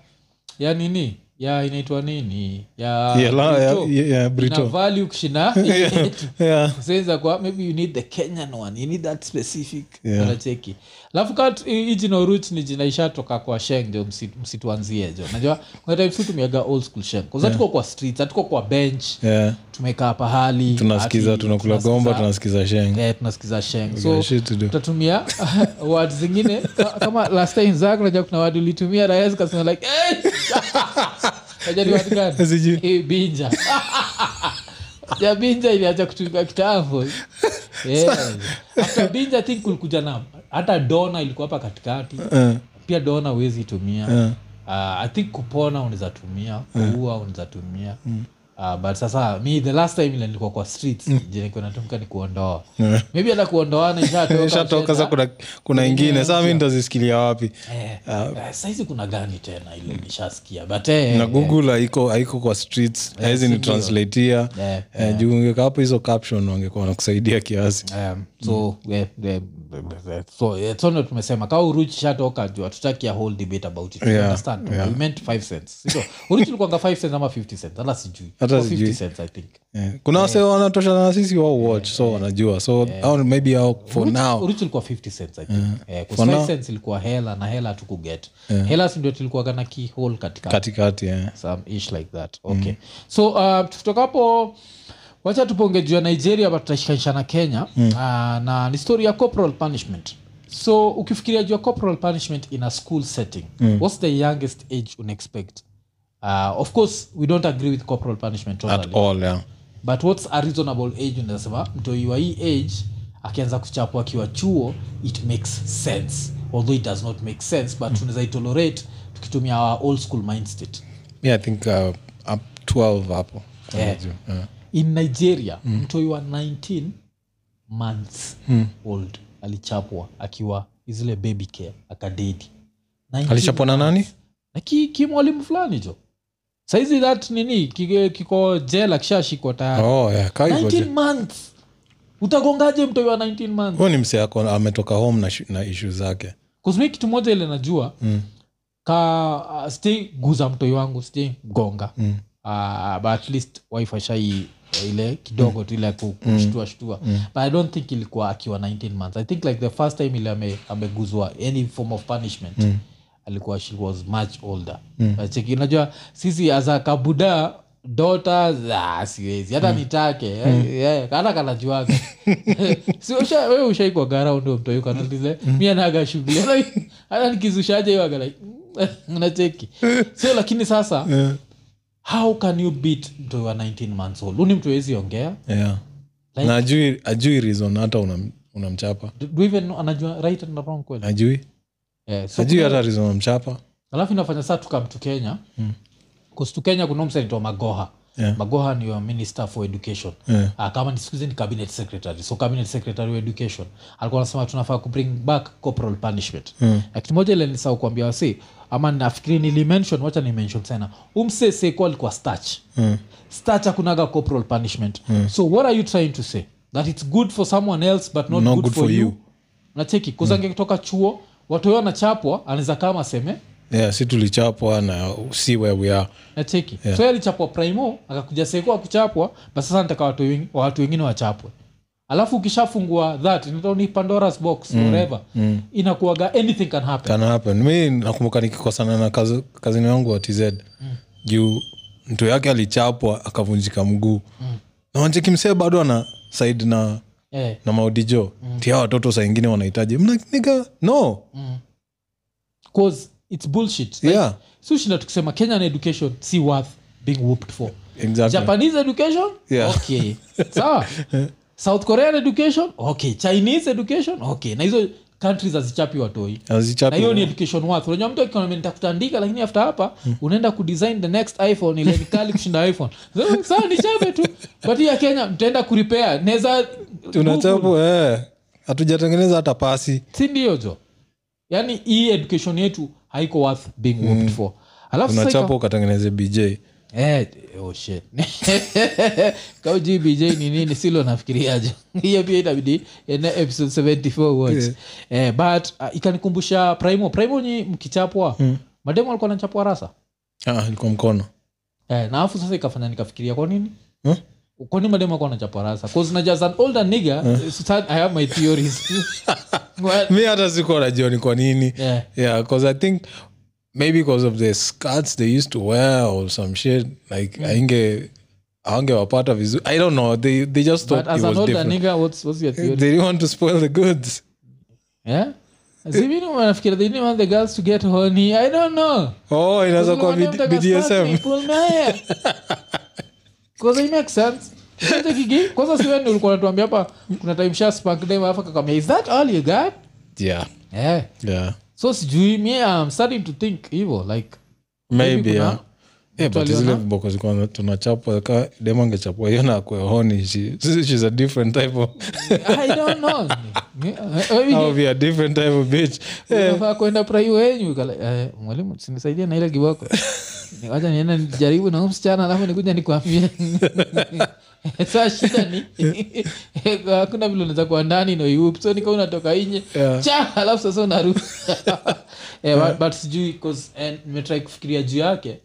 ya nini ya inaitwa nini ya
Yeah, la-
Brito.
yeah, yeah, Brito.
Ina value kushinda yetu.
Yeah.
Sasa kwa maybe you need the kenyan one you need that specific
Yeah.
unacheki alafu ka tu- hii jina uruchi ni jina ishatoka kwa sheng jo msitu- msituanzie jo najua kuna time si tumiaga old school sheng kwa hatuko kwa streets hatuko kwa bench
Yeah.
tumekaa pahali
tunasikiza
ati
tunakula gomba tunasikiza sheng
Eh, tunasikiza sheng so
shit to do.
tutatumia word zingine ka- kama last time zak najua kuna word ulitumia rais kasema like "Eh!" Unajua ni word gani?
Sijui.
Eh, binja ja binja iliacha kutumia kitambo yeah. After binja I think kulikuja na hata dona ilikuwa hapa katikati
Eh,
pia dona huwezi itumia
eh.
uh, i think kupona unaweza tumia kuua unaweza tumia
Mm.
uh, but sasa mi the last time ile nilikuwa kwa streets mm. natumika ni kuondoa
Yeah.
maybe hata kuondoana ishatoka,
Eh. ishatoka sasa
ushenda.
kuna, kuna ingine sasa mi nitazisikilia wapi
Eh, eh, saizi kuna gani tena ile nishasikia but eh,
Ah. na
eh,
google haiko haiko kwa streets hawezi ni Eh, translatia
Yeah,
juu ungeka hapo hizo caption wangekuwa wanakusaidia kiasi
um, so eh, eh, so yeah, so ndo tumesema kaa uruchi shatoka juu hatutaki a whole debate about it You
Yeah,
understand
yeah.
we meant 5 cents sio uruchi ilikuwanga 5 cents ama 50 cents hata sijui
Hata
Or 50
sijui.
cents i think
Yeah. Eh, kuna wase wanatoshana na sisi wao watch so wanajua so au maybe au for now
uruchi ilikuwa 50 cents i think yeah.
For now-
cents ilikuwa hela na hela hatukuget hela si ndio tulikuwaga na keyhole katika
katikati eh, yeah.
some ish like that
Mm.
okay so uh, tukitoka hapo wacha tuponge juu ya nigeria but tutashikanisha na kenya mm. uh, na ni story ya corporal punishment so ukifikiria juu ya corporal punishment in a school setting mm. what's the youngest age unexpect uh, of course we don't agree with corporal punishment totally.
at all yeah.
but what's a reasonable age unasema mtoi wa hii age akianza kuchapwa akiwa chuo it makes sense although it does not make sense
Mm.
but tunaweza itolerate tukitumia our old school mind state
yeah, i think uh, up 12 hapo
Yeah. in nigeria
Mm.
mtoi wa 19 months old alichapwa akiwa zile baby care akadedi 19
alichapwa na nani
na ki, ki mwalimu fulani jo saizi that nini ki- kiko jela kishashikwa tayari
oh yeah kaigoje
19 months utagongaje mtoi wa 19 months
huyo ni msee ako ametoka home na, shu- na ishu zake
kusmi kitu moja ile najua mm. ka uh, sijai guza mtoi wangu sijai mgonga mm. uh, but at least wife ashai uh, ile kidogo tu ile ku- kushtua shtua mm. but i don't think ilikuwa akiwa 19 months i think like the first time ile ame- ameguzwa any form of punishment mm alikuwa she was much older mm. cheki unajua sisi aza kabuda dota za ah, siwezi hata nitake eh, eh, hata kanajuaga si usha- wewe ushaikwa garaundi mtoyukanalize mi anaga shughuli Hata- hata nikizushaje iwaga like mm, unacheki sio lakini sasa how can you beat mtoi wa 19 months old uni mtu wezi ongea
yeah.
Like-
na ajui, ajui reason hata unam- unamchapa
Do- do you even know- anajua right and wrong kweli
ajui
Eh, so
ajui hata reason unamchapa
alafu inafanya saa tukamtu kenya kustu kenya kuna msenitwa magoha
Yeah.
magoha ni wa minister for education
Yeah.
Ah, kama ni sikuhizi ni cabinet secretary so cabinet secretary wa education alikuwa anasema tunafaa kubring back corporal punishment na kitu moja ile nisau kuambia wasi ama nafikiri nilimention wacha nimention Um sana umseseko alikuwa stach stach akunaga corporal punishment so what are you trying to say that it's good for someone else but not, good, for, you, nacheki kuzange kutoka chuo watoyo anachapwa anaweza kama aseme
yeah, si tulichapwa na si where we are
nacheki yeah. so alichapwa primo akakuja seko akuchapwa but sasa nataka watu, wengi- watu wengine wachapwe alafu ukishafungua that inaitwa ni pandoras box mm. whatever mm. inakuaga anything can happen
can happen mi nakumbuka nikikosana na kazi- kazini wangu wa tz juu mtu yake alichapwa akavunjika mguu mm. na wancheki msee bado ana said na
eh,
na maudijo mm. tia watoto saa ingine wanahitaji mnanika no
Mm. cause it's bullshit
Yeah.
si ushinda tukisema kenyan education si worth being whooped for
exactly.
japanese education
Yeah.
okay sawa south korean education okay chinese education okay na hizo countries hazichapi watoi na
Hazichapi-
hiyo ni education worth unajua mtu akikwambia nitakutandika lakini after hapa unaenda kudesign the next iphone ile ni kali kushinda iphone So, sawa ni chape tu but hii ya kenya mtaenda kuripea neza
tunachapo eh, hatujatengeneza hata pasi
sindio jo yaani hii education yetu haiko worth being worked for alafu sasa ika-
tunachapo ukatengeneze bj
Eh, oh shit. Kau GBJ ni nini silo nafikiriaje hiyo pia itabidi ene episode 74 watch eh, but uh, ikanikumbusha primo primo ni mkichapwa mademu alikuwa anachapwa rasa
ah, ilikuwa mkono
eh, na afu sasa ikafanya nikafikiria kwa nini
Huh?
kwani mademu akuwa anachapwa rasa bcause naja as an older nigger
Eh?
start- i have my theories Well,
mi hata sikuwa najua ni kwa nini
Yeah.
yeah because i think maybe because of the skirts they used to wear or some shit like
Mm.
ainge awangewapata vizuri i don't know they, they just
but
thought
as
it
an
was
older
different
nigger what's, what's your
they
theory Eh?
didn't want to spoil the goods
yeah? Zimini wanafikiria they didn't want the girls to get horny i don't know
oh inaweza kuwa
Ulimwambia
B-
mtaka start
bdsm
ni cool naye. 'Cause it makes sense. Hata kigi- kwanza si wewe ndio ulikuwa unatuambia hapa kuna time sha spank them alafu akakwambia, is that all you got
yeah
eh
yeah
so sijui mi I'm starting to think hivyo like
maybe
kuna
yeah Yeah,
mtu
but zile
aliona-
viboko zilikuwa tunachapwa ka demu angechapwa iona akuehoni shes a different type of
I don't know Wewe
I'll be a different type of bitch Eh,
unafaa kwenda prai wenyu Ika like, eh, mwalimu sinisaidie na ile kiboko wacha nienda nijaribu na huyu msichana alafu nikuja nikwambie saa shida ni Eh, hakuna vile unaweza kuwa ndani noiup so nika unatoka nje
Yeah.
cha alafu sasa unarudi Eh, but- but sijui 'cause, eh, nimetry kufikiria juu yake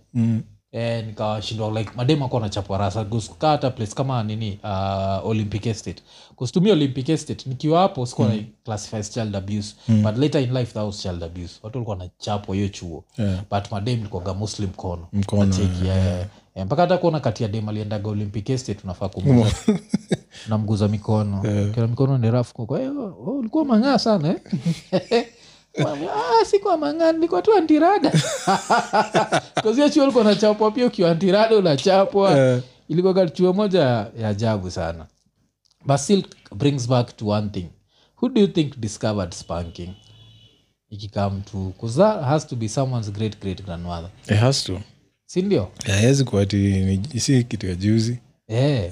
Eh, nikawashindwa like madem akuwa nachapwa rasa kukaa hata place kama nini uh, olympic estate kustumia olympic estate nikiwa hapo sikuwa mm. classifies child abuse mm. but later in life that was child abuse watu walikuwa nachapwa hiyo chuo
Yeah.
but madem likuaga mostly mkono
Mkono,
Nacheki, eh, eh, mpaka hata kuona kati ya dem aliendaga olympic estate unafaa kumguza namguza mikono kila mikono ni rafu kwa- kwa hiyo oh, ulikuwa mang'aa sana eh? Ah, sikuwa mang'aa nilikuwa tu antirada kazia chuo ulikuwa nachapwa pia ukiwa antirada unachapwa
Eh.
ilikuwa chuo moja ya ajabu sana but still brings back to one thing who do you think discovered spanking ikikam to kuza has to be someone's great great grandmother
It has to.
sindio
hawezi kuwa ati ni- si kitu ya juzi
Eh.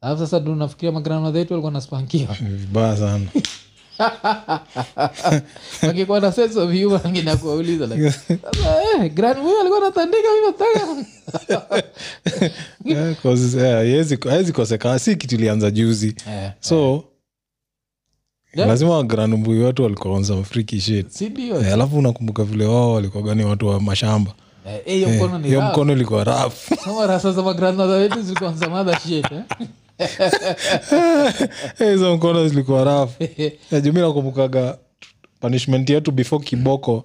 alafu sasa tunafikiria magrandmother yetu walikuwa naspankiwa
Ni vibaya sana
angekuwa na sense of humor angenda kuwauliza like, "Sasa, eh, grand huyu alikuwa anatandika hivyo taka."
Yeah, 'cause, yeah, haiwezi- haiwezi kosekana si kitu ilianza juzi
Eh,
so
Yeah.
lazima wagrandmbui watu walikuwa on some freaky shit
si ndio
Eh, alafu unakumbuka vile wao walikuwa gani watu wa mashamba
Eh, eh, hiyo mkono ni
hiyo
raha.
mkono ilikuwa rafu
Kama rasa za magrandmother wetu zilikuwa za mother shit, eh.
hizo mkono zilikuwa rafu jumi Eh, nakumbukaga punishment yetu before kiboko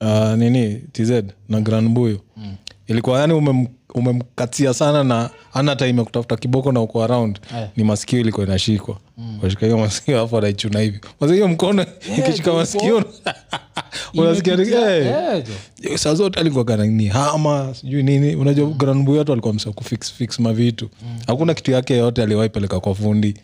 uh, nini tz na granbuyu mm. ilikuwa yani umem- umemkatia sana na ana time ya kutafuta kiboko na uko around
Aya.
ni masikio ilikuwa inashikwa Eh. mm. Eh, kashika hiyo masikio alafu anaichuna hivi maza hiyo mkono ikishika
tu
masikio unasikia ni-
Imepitia-
eh,
eh, jo.
saa zote alikuwaga na ni hama sijui nini unajua granbu watu alikuwa msa kufix fix mavitu hakuna kitu yake yoyote aliwahi peleka kwa fundi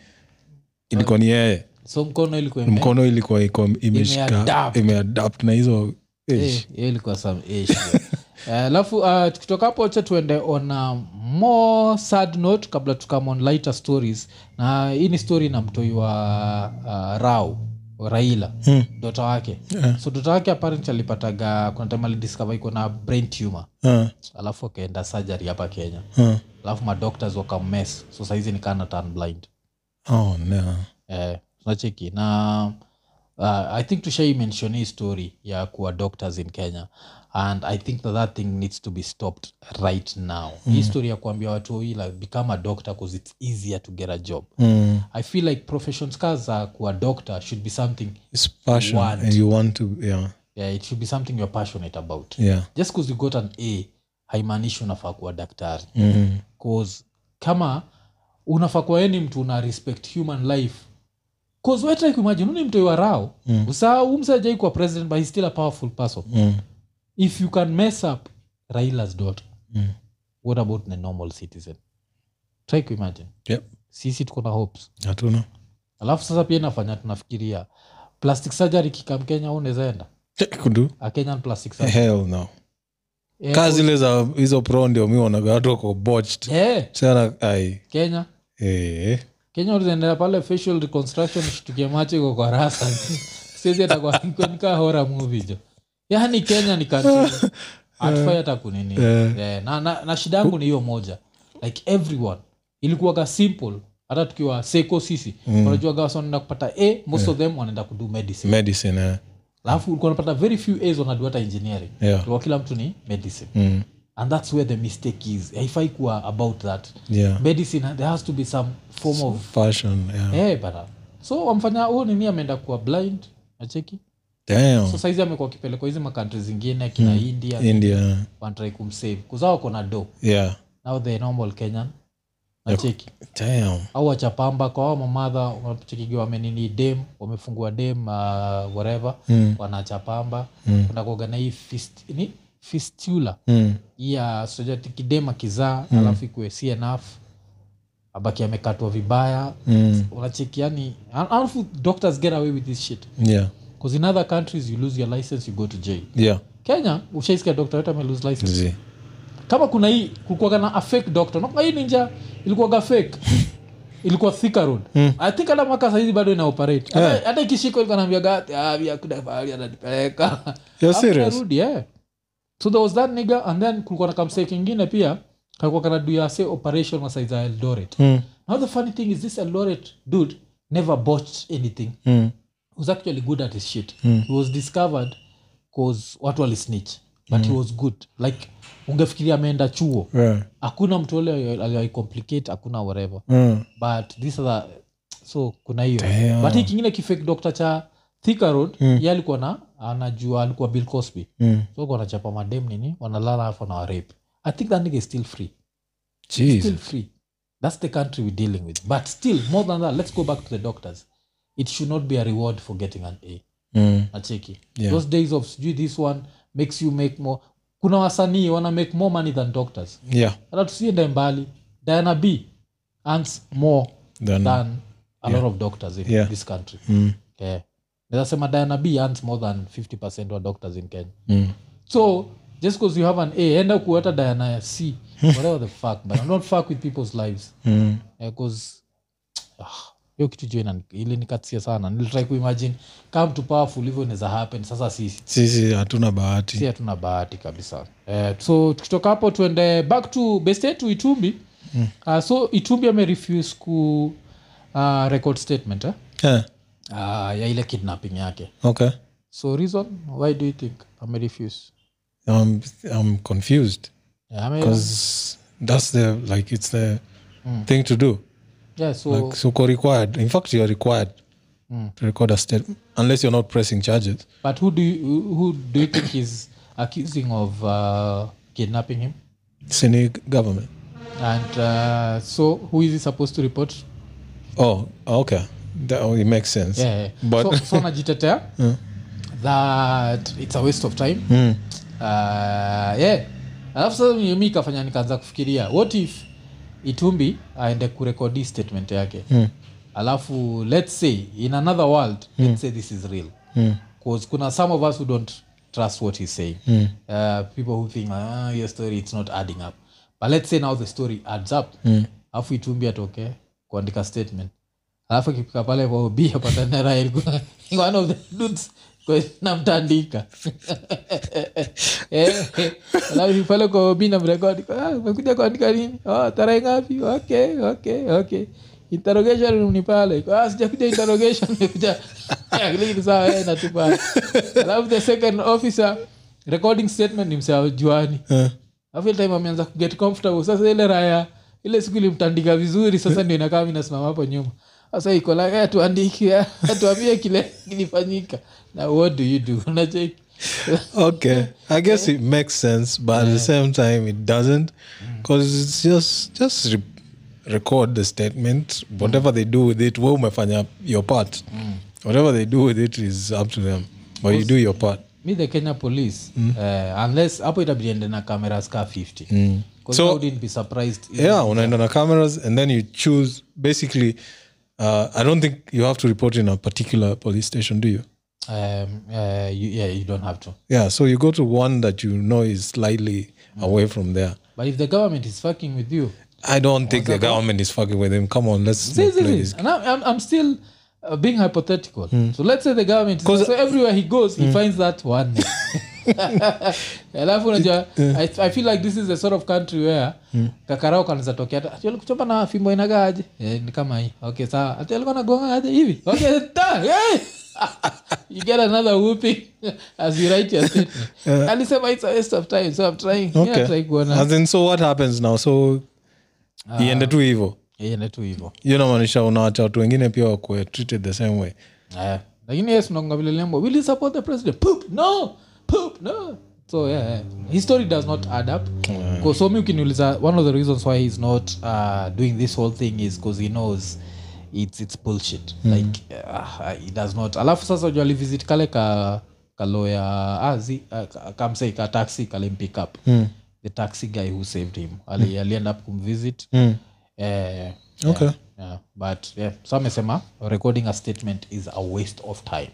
ilikuwa ni yeye
so mkono ilikuwa ime-
mkono ilikuwa iko imeshika
Imeadapt.
imeadapt na hizo
Eh,
ish.
hiyo ilikuwa some ish, jo. Eh, alafu uh, tukitoka hapo cha tuende on a more sad note kabla tukama on lighter stories na hii ni story na mtoi wa uh, rau raila hmm. dota wake yeah. so dota wake apparent alipataga kuna time alidiscover iko na brain tumor
Ah,
alafu akaenda surgery hapa kenya
ah.
alafu madoctors wakammes so saizi nikana turn blind
Oh, no.
eh, tunacheki na uh, i think tushai mention hii story ya kuwa doctors in kenya and i think that that thing needs to be stopped right now mm. hii story ya kuambia watu ila become a doctor bcause its easier to get a job
Mm.
i feel like professions ka za kuwa doctor should be something
It's passion and you want to yeah,
yeah, it should be something you're passionate about
yeah.
just bcause you got an a haimaanishi unafaa kuwa daktari
Mm.
cause kama unafaa kuwa yani mtu una respect human life cause wetra kuimagine uni mtu iwarao
Hmm.
mm. usahau umsajai kuwa president but he's still a powerful person
Mm.
if you can mess up railas daughter
Mm.
what about the normal citizen try kuimagine
Yep.
sisi tuko na hopes
hatuna
alafu sasa pia inafanya tunafikiria plastic surgery kikam kenya unezaenda
kudu
a kenyan plastic surgery
hell no
Eh,
kazi zile za hizo pro ndio mi wanaga watu wako botched
eh,
sana ai
kenya
eh.
kenya uliendea pale facial reconstruction shtukie macho iko kwa rasa siezi atakwanikaa hora movie jo yaani kenya ni country atufai hata kunini Eh, na, na, na shida yangu ni hiyo moja like everyone ilikuwaga simple hata tukiwa seko sisi unajuaga wasa wanaenda kupata a most of them wanaenda kudu medicine
medicine eh.
alafu ulikuwa unapata very few as wanadu hata engineering
Yeah.
Ilikuwa kila mtu ni medicine
Mm.
and that's where the mistake is haifai kuwa about that
Yeah.
medicine there has to be some form of
fashion yeah.
Eh, bana so wamfanya huu nini ameenda kuwa blind acheki so
Damn.
saizi amekuwa akipelekwa hizi makantri zingine kina india
Eh. india
wanatrai kumsave kuzaa wako na do
yeah
now the normal kenyan nacheki
Damn.
au wachapamba kwa hao mamadha wanachekigiwa wamenini dem wamefungua dem uh, whatever mm. wanachapamba mm. kuna kuoga na hii fist, ni fistula
Mm.
ya sojati kidem akizaa mm. alafu ikuwe si enough abaki amekatwa vibaya
Mm.
unacheki yani alafu doctors get away with this shit
yeah
because in other countries you lose your license you go to jail
yeah
kenya ushaisikia doctor wetu ame lose license
Zi.
kama kuna hii kulikuwaga na a fake doctor nakumbuka hii ninja ilikuwaga fake ilikuwa thika road i think hata mwaka sahizi bado ina operate Hata-
Hmm. Yeah.
hata ah, ikishikwa ilikuwa naambiaga "Ah, vya kuna pahali ananipeleka
You're
Alafu
serious?
narudi, eh. so there was that nigga and then kulikuwa na kamsee kingine pia kalikuwa kanaduya say operation masaiza eldoret
Mm.
now the funny thing is this eldoret dude never botched anything
Mm.
was actually good at his shit he was discovered cause watu walisnitch but he was good like ungefikiria ameenda chuo
Yeah.
hakuna mtu ule aliwaicomplicate hakuna whatever
Mm.
but this other so kuna hiyo
Damn.
but hii kingine kifake doctor cha thika road mm. ye alikuwa na anajua alikuwa bill cosby
Mm.
so alikuwa anachapa madem nini wanalala alafu anawarape i think that nigga is still free
Jeez.
still free that's the country we're dealing with but still more than that let's go back to the doctors it should not be a reward for getting an a
Mm.
nacheki
Yeah.
those days of sijui this one makes you make more kuna wasanii wana make more money than doctors
Yeah.
hata tusiende mbali diana b earns more
Than-
than a lot of doctors in
Mm. Yeah.
this country
Mm.
yeah. nazasema diana b earns more than 50 wa doctors in kenya
Mm.
so just because you have an a enda kuata diana ya c whatever the fuck but I'm not fuck with people's lives
Mm.
because hiyo kitu juu inani- ilinikatia sana nilitrai kuimagine kama mtu powerful hivyo inaweza happen sasa sisi
sisi hatuna bahati
si hatuna bahati kabisa eh, so tukitoka hapo tuende back to best yetu itumbi mm. uh, so itumbi amerefuse ku uh, record statement eh?
Yeah.
uh, ya ile kidnapping yake
Okay.
so reason why do you think amerefuse
I'm, I'm confused
yeah, ame,
because that's the like it's the
Mm.
thing to do.
yeah, so
Like suko required. In fact, you're required
Mm.
to record a statement unless you're not pressing charges.
but who do you, who do you think is accusing of uh, kidnapping him
Sini government.
and uh, so who is he supposed to report
Oh, okay. That oh, it makes sense.
yeah, yeah.
But
so, so najitetea that it's a waste of time mm. uh, yeah alafu sasa mi mi ikafanya nikaanza kufikiria what if itumbi aende kurekodi statement yake mm. alafu let's say in another world mm. let's say this is real mm. cause kuna some of us who don't trust what he's saying mm. uh, people who think ah, your story it's not adding up but let's say now the story adds up mm. alafu itumbi atoke kuandika statement alafu akifika pale kwa OB apatane na Raila. Ni one of the dudes kwa- namtandika Eh, eh, alafu pale kwa OB namrekodi, kwa, "Ah, umekuja kuandika nini "Ah, tarehe ngapi okay okay okay interrogation ni pale Kwa, "Ah, sijakuja interrogation nimekuja Lakini sawa, eh, natupa alafu the second officer recording statement ni msee juani alafu ile time ameanza kuget comfortable sasa ile raya ile siku ilimtandika vizuri sasa ndio inakaa mi nasimama hapo nyuma sasa iko like "Eh, tuandike eh, tuambie kile kilifanyika na what do you do unacheki
okay, I guess it makes sense, but at the same time, it doesn't, because it's just just re- record the statement. Whatever they do with it, wewe umefanya your part. Whatever they do with it is up to them, but you do your part.
mi the kenya police mm. uh, unless hapo itabidi ende na cameras ka 50 mm.
So-
so, wouldn't be surprised if-
Yeah, unaenda na cameras, and then you choose. Basically, uh, I don't think you have to report in a particular police station, do you?
um, uh, you, yeah, you don't have to
Yeah, so you go to one that you know is slightly away from there.
but if the government is fucking with you
I don't think the government is fucking with him. Come on, let's
See,
not
see,
play
see.
this.
And I'm, I'm- I'm still uh, being hypothetical.
Hmm.
So let's say the government, is, so everywhere he goes, he finds that one. alafu unajua I,
uh,
i feel like this is the sort of country where
Hmm.
kakarao kanaweza tokea hata, "Ati alikuwa chapa na fimbo inaga aje eh, ni kama hii okay sawa Ati alikuwa anagonga aje hivi okay ta hey! you get another whooping as you write your statement alisema it's a waste of time so i'm trying yeah,
Okay.
try kuona
As in, so what happens now? So
Ah.
iende tu hivyo
iende Eh, tu hivyo
hiyo namaanisha unaacha watu wengine pia wakuwe treated the same way
Eh, lakini yes mnagonga vile lembo will you support the president poop no poop no so yeah, yeah. his story does not add up yeah. so mi ukiniuliza one of the reasons why he's not uh, doing this whole thing is because he knows it's, it's bullshit mm. like uh, he does not alafu sasa jua alivisit kale ka kaloya azi kamsei ah, ka taxi kalimpick up mm. the taxi guy who saved him ali, mm. alienda up kumvisit mm. eh,
okay
yeah, but yeah, so amesema recording a statement is a waste of time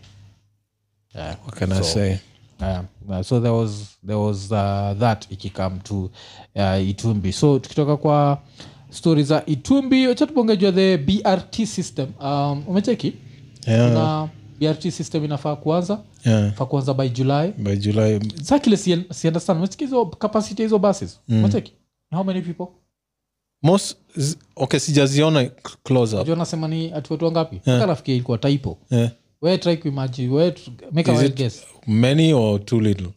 yeah.
what can i say
Um, uh, so there was, there was uh, that ikikam to uh, itumbi so tukitoka kwa stori za itumbi wacha tubonge jua the brt system um, umecheki
yeah.
na brt system inafaa kuanza
yeah.
faa kuanza by july
by july
sa kile si- siunderstand mechiki hizo capacity ya hizo bases
Mm.
mecheki how many people
most z- okay sijaziona c- close up
jua nasema ni ati watu wangapi yeah. nafikia ilikuwa taipo
yeah.
we try kuimaji we tr- make a
Is
wild
it-
guess
many or too little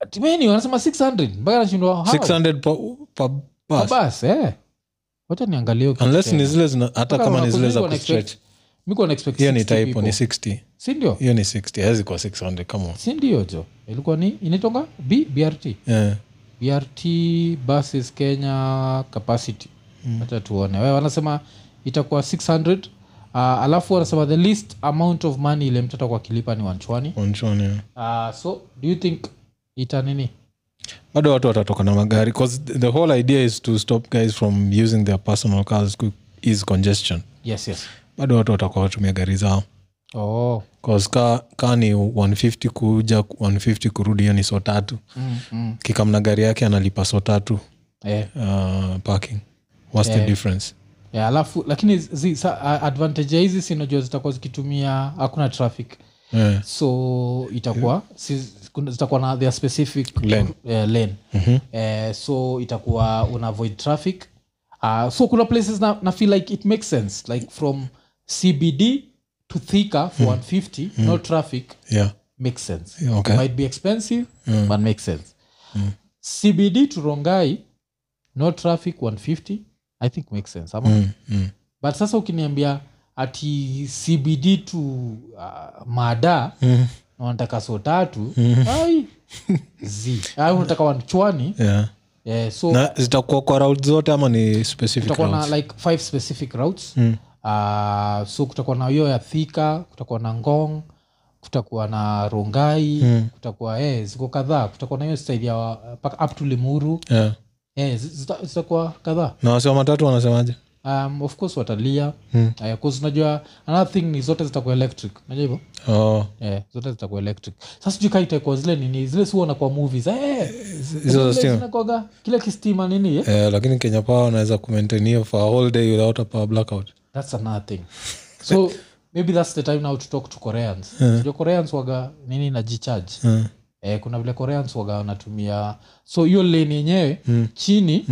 Ati many wanasema 600 mpaka nashindwa how?
600 per, per
Ah,
bus
basi, eh wacha niangalie hiyo kitu
unless
tena.
ni zile zina hata
Mpaka
kama ni zile za
wanakuja
kustretch
wana-expect- miko wanaexpect
hiyo ni
60
typo ni
people.
60
si ndio
hiyo ni 60 hawezi kuwa 600 come on
si ndio jo ilikuwa ni inaitwanga b brt
yeah.
brt buses kenya capacity
Mm.
hata tuone we wanasema itakuwa 600 uh, alafu wanasema the least amount of money ile mtoto kwa kilipa ni wanchwani
Wanchoni, yeah.
uh, so do you think ita nini
bado watu watatoka na magari bcause the whole idea is to stop guys from using their personal cars ku ease congestion
yes yes
bado watu watakuwa watumia gari zao
oh.
bcause ka, ka ni 150 kuja 150 kurudi hiyo ni so tatu
mm, mm.
kikamna gari yake analipa so tatu
Eh.
uh, parking whats the difference
Yeah, alafu lakini zi, sa, a- advantage ya hizi sinajua zitakuwa zikitumia hakuna traffic
yeah.
so itakuwa si, kuna- zitakuwa na their specific
Hmm. Lane. Mm-hmm.
eh, lane. Eh, so itakuwa una avoid traffic uh, so kuna places na, na feel like it makes sense like from cbd to thika for
Hmm.
150 no traffic
Yeah.
makes sense
Yeah, Hmm. okay.
might be expensive but makes sense cbd to rongai no traffic 150 i think makes sense ama
Mm, mm.
but sasa ukiniambia ati cbd to uh, mada
Mm.
na wanataka so tatu ai z au unataka wanchwani
Yeah.
Eh. eh, so
na zitakuwa kwa route zote ama ni specific
kutakuwa
routes?
na like five specific routes mm. uh, so kutakuwa na hiyo ya thika kutakuwa na ngong kutakuwa na rongai mm. kutakuwa eh, ziko kadhaa kutakuwa na hiyo style ya wa- mpaka up to limuru
yeah.
eh, zi- zita- zitakuwa kadhaa
na wasiwa matatu wanasemaje
um, of course watalia mm. uh, course unajua another thing ni zote zitakuwa electric unajua hivyo
oh.
Eh, zote zitakuwa electric sasa sijui kaa itakuwa zile nini zile siuona kwa movies eh,
hizo za
zile
stima
zinakuwaga kile kistima nini eh?
Eh, lakini kenya power wanaweza kumaintain hiyo for a whole day without a power blackout
that's another thing so maybe that's the time now to talk to koreans
Eh.
Unajua koreans waga nini na jicharge eh, kuna vile koreans waga wanatumia so hiyo lane yenyewe
Mm.
chini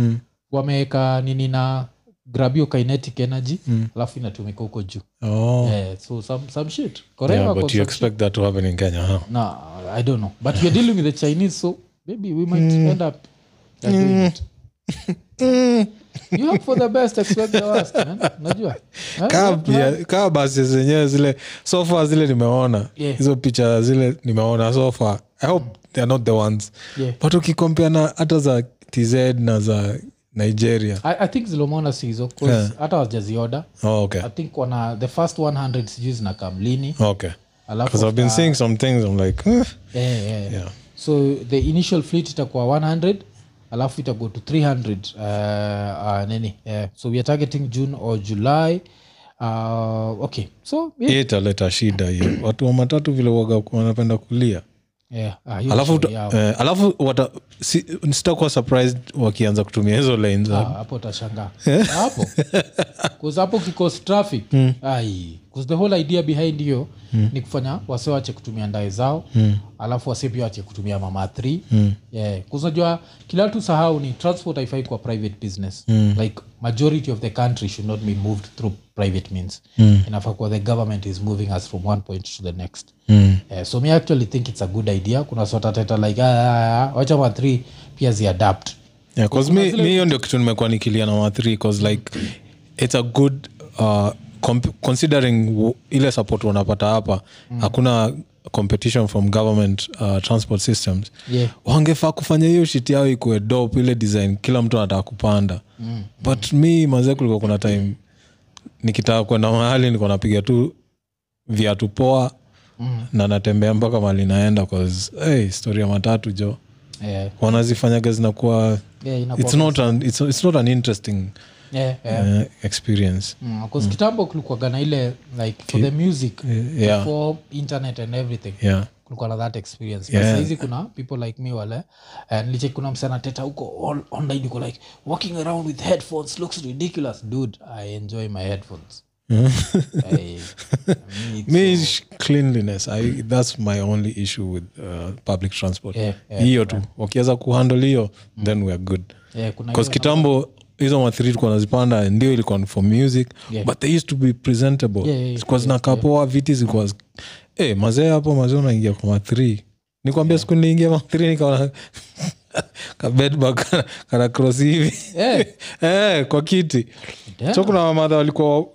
wameweka nini na grabio kinetic energy alafu inatumika huko juu
Mm. oh.
eh, so some, some shit Korea
yeah,
wako
but you
some
expect that to happen in kenya huh?
No, I don't know. But we're dealing with the Chinese, so maybe we might end up agreeing it. you hope for the best, expect the worst, man. Unajua? Eh,
Kaa
tuna-
bia- kaa basi zenyewe zile sofa zile nimeona
Yeah.
hizo picha zile nimeona sofa i hope they're not the ones
Yeah.
but ukikompea na hata za tz na za nigeria
I, I think zilomona sizo 'cause hata wajazioda
oh, okay
i think wana the first 100 sijui zinakam lini
okay
alafu
because i've been seeing some things i'm like eh.
eh, eh.
Yeah.
so the initial fleet itakuwa 100 alafu itago to 300 uh, uh, nini eh, so we are targeting june or july uh, okay so yeah.
Hii italeta shida hiyo watu wa matatu vile waga wanapenda kulia
Yeah. Ah, hiyo
alafu,
shauri yao.
eh, alafu wata, si, sitakuwa surprised wakianza kutumia hizo lanes
Ah, hapo utashangaa hapo 'Cause hapo kikos traffic ai 'Cause the whole idea behind hiyo ni kufanya wase wache kutumia ndae zao alafu wase pia wache kutumia mama th yeah. 'Cause unajua kila tu sahau ni transport haifai kwa private business like majority of the country should not be moved through private means inafaa kuwa the government is moving us from one point to the next Eh, so me actually think it's a good idea kuna sotateta like "Ah, ah, ah, wacha ma th pia ziadapt
yeah, 'cause mi mi hiyo ndio kitu nimekuwa nikilia na mathri bcause like it's a good uh, comp- considering w- ile support wanapata hapa hakuna competition from government uh, transport systems
Yeah.
wangefaa kufanya hiyo shit yao ikuwe dop ile design kila mtu anataka kupanda mm. but mi mazee kulikuwa kuna time nikitaka kwenda mahali niko napiga tu viatu poa mm. na natembea mpaka mahali naenda bcause hey, historia matatu jo
eh,
wanazifanyaga zinakuwa
yeah, inakuwa
it's not an, it's, it's not an interesting
yeah, yeah.
uh, experience
Mm, of course, kitambo kulikuwaga na ile like for the music
eh, yeah.
for internet and everything
yeah
kulikuwa na that experience yeah. sahizi kuna people like me wale eh, nilicheki kuna msana teta huko all- online yuko like walking around with headphones looks ridiculous dude i enjoy my headphones Eh, me too.
me sh- cleanliness I, that's my only issue with uh, public transport
Yeah, yeah,
hiyo tu wakiweza kuhandle hiyo then weare good
Eh, kuna
bcause kitambo hizo mathiri tulikuwa nazipanda ndio ilikuwa ni for music
Yeah.
but they used to be presentable
Yeah, yeah, yeah,
zilikuwa zinakaa poa viti zilikuwa zi- eh mazee hapo mazee unaingia kwa mathiri nikwambia siku niliingia mathiri nikaona kabedbak kana krosi hivi
Eh.
eh, kwa kiti
Damn.
so kuna mamadha walikuwa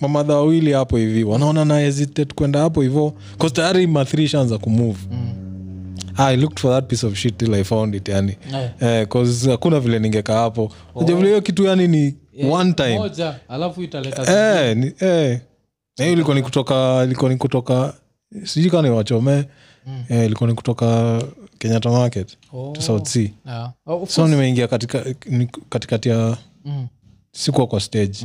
mamadha wawili hapo hivi wanaona na hesitate kwenda hapo hivo bcause tayari mathiri ishaanza kumove
Mm.
i looked for that piece of shit till i found it yani
Eh.
eh, cause hakuna vile ningekaa hapo Unajua vile hiyo kitu yani ni one time
Oh. moja alafu italeta
eh, ni, eh. Na hiyo ilikuwa ni kutoka ilikuwa ni kutoka sijui kani wachomee eh, ilikuwa ni kutoka kenyatta market
Mm. Oh.
to south sea
Ah, oh, of
so nimeingia katika ni- katikati ya
Mm.
sikuwa kwa stage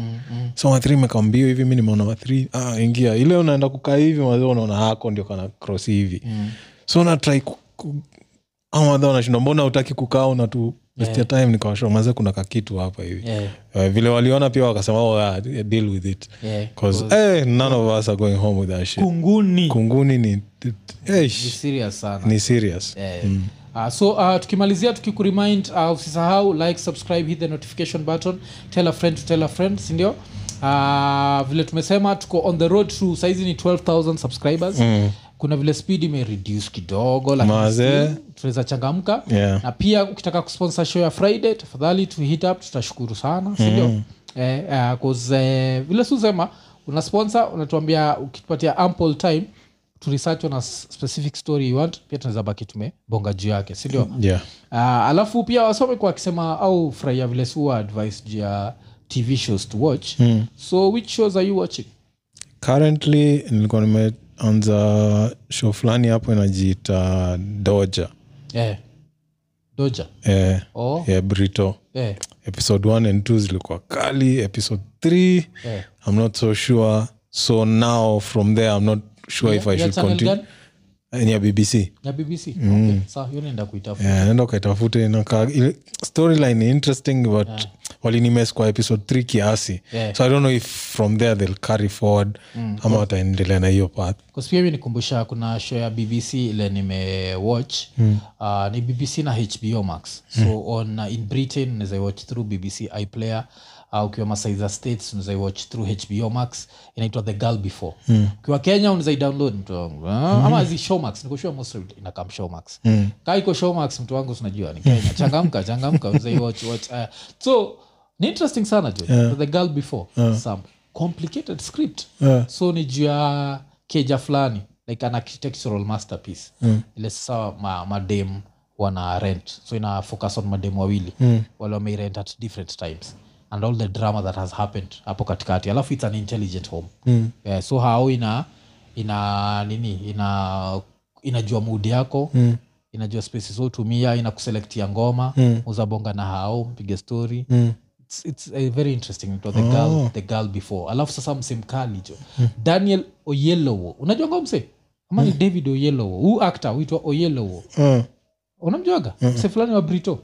so mathri mekambio hivi mi nimeona mathri ah, ingia ile unaenda kukaa hivi mazee unaona hako ndio kana cross hivi
Mm.
so natrai amadha wanashinda mbona utaki kukaa unatu yeah. time nikawasho mazee kuna kakitu hapa hivi
Yeah.
Eh, vile waliona pia wakasema oh, ah, deal with it
Yeah,
'Cause, eh, none of us are going home with that shit.
kunguni
kunguni ni eh,
Ni serious sana
ni serious
Eh. Ah, so uh, tukimalizia tukikuremind uh, usisahau like subscribe hit the notification button tell a friend to tell a friend sindio uh, vile tumesema tuko on the road to saizi ni 12000 subscribers mm. kuna vile speed imereduce kidogo lakini
Maze.
still tunaweza changamka
Yeah.
na Ah, pia ukitaka kusponsor show ya friday tafadhali tu hit up tutashukuru sana sindio mm. eh, eh, 'cause, eh, vile susema una sponsor unatuambia ukitupatia ample time to research on a s- specific story you want pia tunaweza baki tumebonga juu yake sindio mm.
yeah.
uh, alafu pia wasome kwa wakisema au furahia vile suwa advice juu ya tv shows to watch mm. so which shows are you watching
currently nilikuwa nimeanza show fulani hapo inajiita doja
eh. doja
eh,
oh.
ya brito
eh.
episode 1 and 2 zilikuwa kali episode 3
Yeah.
i'm not so sure so now from there i'm not sure if i
Ya
should
channel
continue
gani?
Eh, ni ya bbc
ya bbc mm. okay. saa hiyo naenda kuitafuta
Yeah, Eh, naenda ukaitafute inaka- ile- storyline ni interesting but yeah. walinimes kwa episode 3 kiasi
Yeah.
so i don't know if from there they'll carry forward mm. ama wataendelea na hiyo path
kaspia hivi nikumbusha kuna show ya bbc ile nimewatch mm. uh, ni bbc na hbo max so mm. on uh, in britain unaweza watch through bbc iplayer uh, ukiwa masaiza states unaweza watch through hbo max inaitwa the girl before mm. ukiwa kenya unaweza download mtu wangu Ah, ama zi showmax nikoshua most of it inakam showmax mm. kaa iko showmax mtu wangu sinajua ni kenya changamka changamka unaweza watch, watch uh, so ni interesting sana jo yeah. the girl before yeah. some complicated script
Yeah.
so ni juu ya keja fulani like an architectural masterpiece mm. ile sasa ma, madem wana rent so ina focus on madem wawili mm. wale wameirent at different times and all the drama that has happened hapo katikati alafu its an intelligent home mm. yeah, so hao ina ina nini ina inajua mudi yako mm inajua spaces utumia inakuselektia ngoma mm. uzabonga na hao mpige story mm Oh. it's, it's a very interesting it was the, girl, the girl before alafu sasa mse mkali jo daniel oyelowo unajua ngo mse ama ni david oyelowo huu actor huitwa oyelowo
uh.
unamjuaga mse fulani wa brito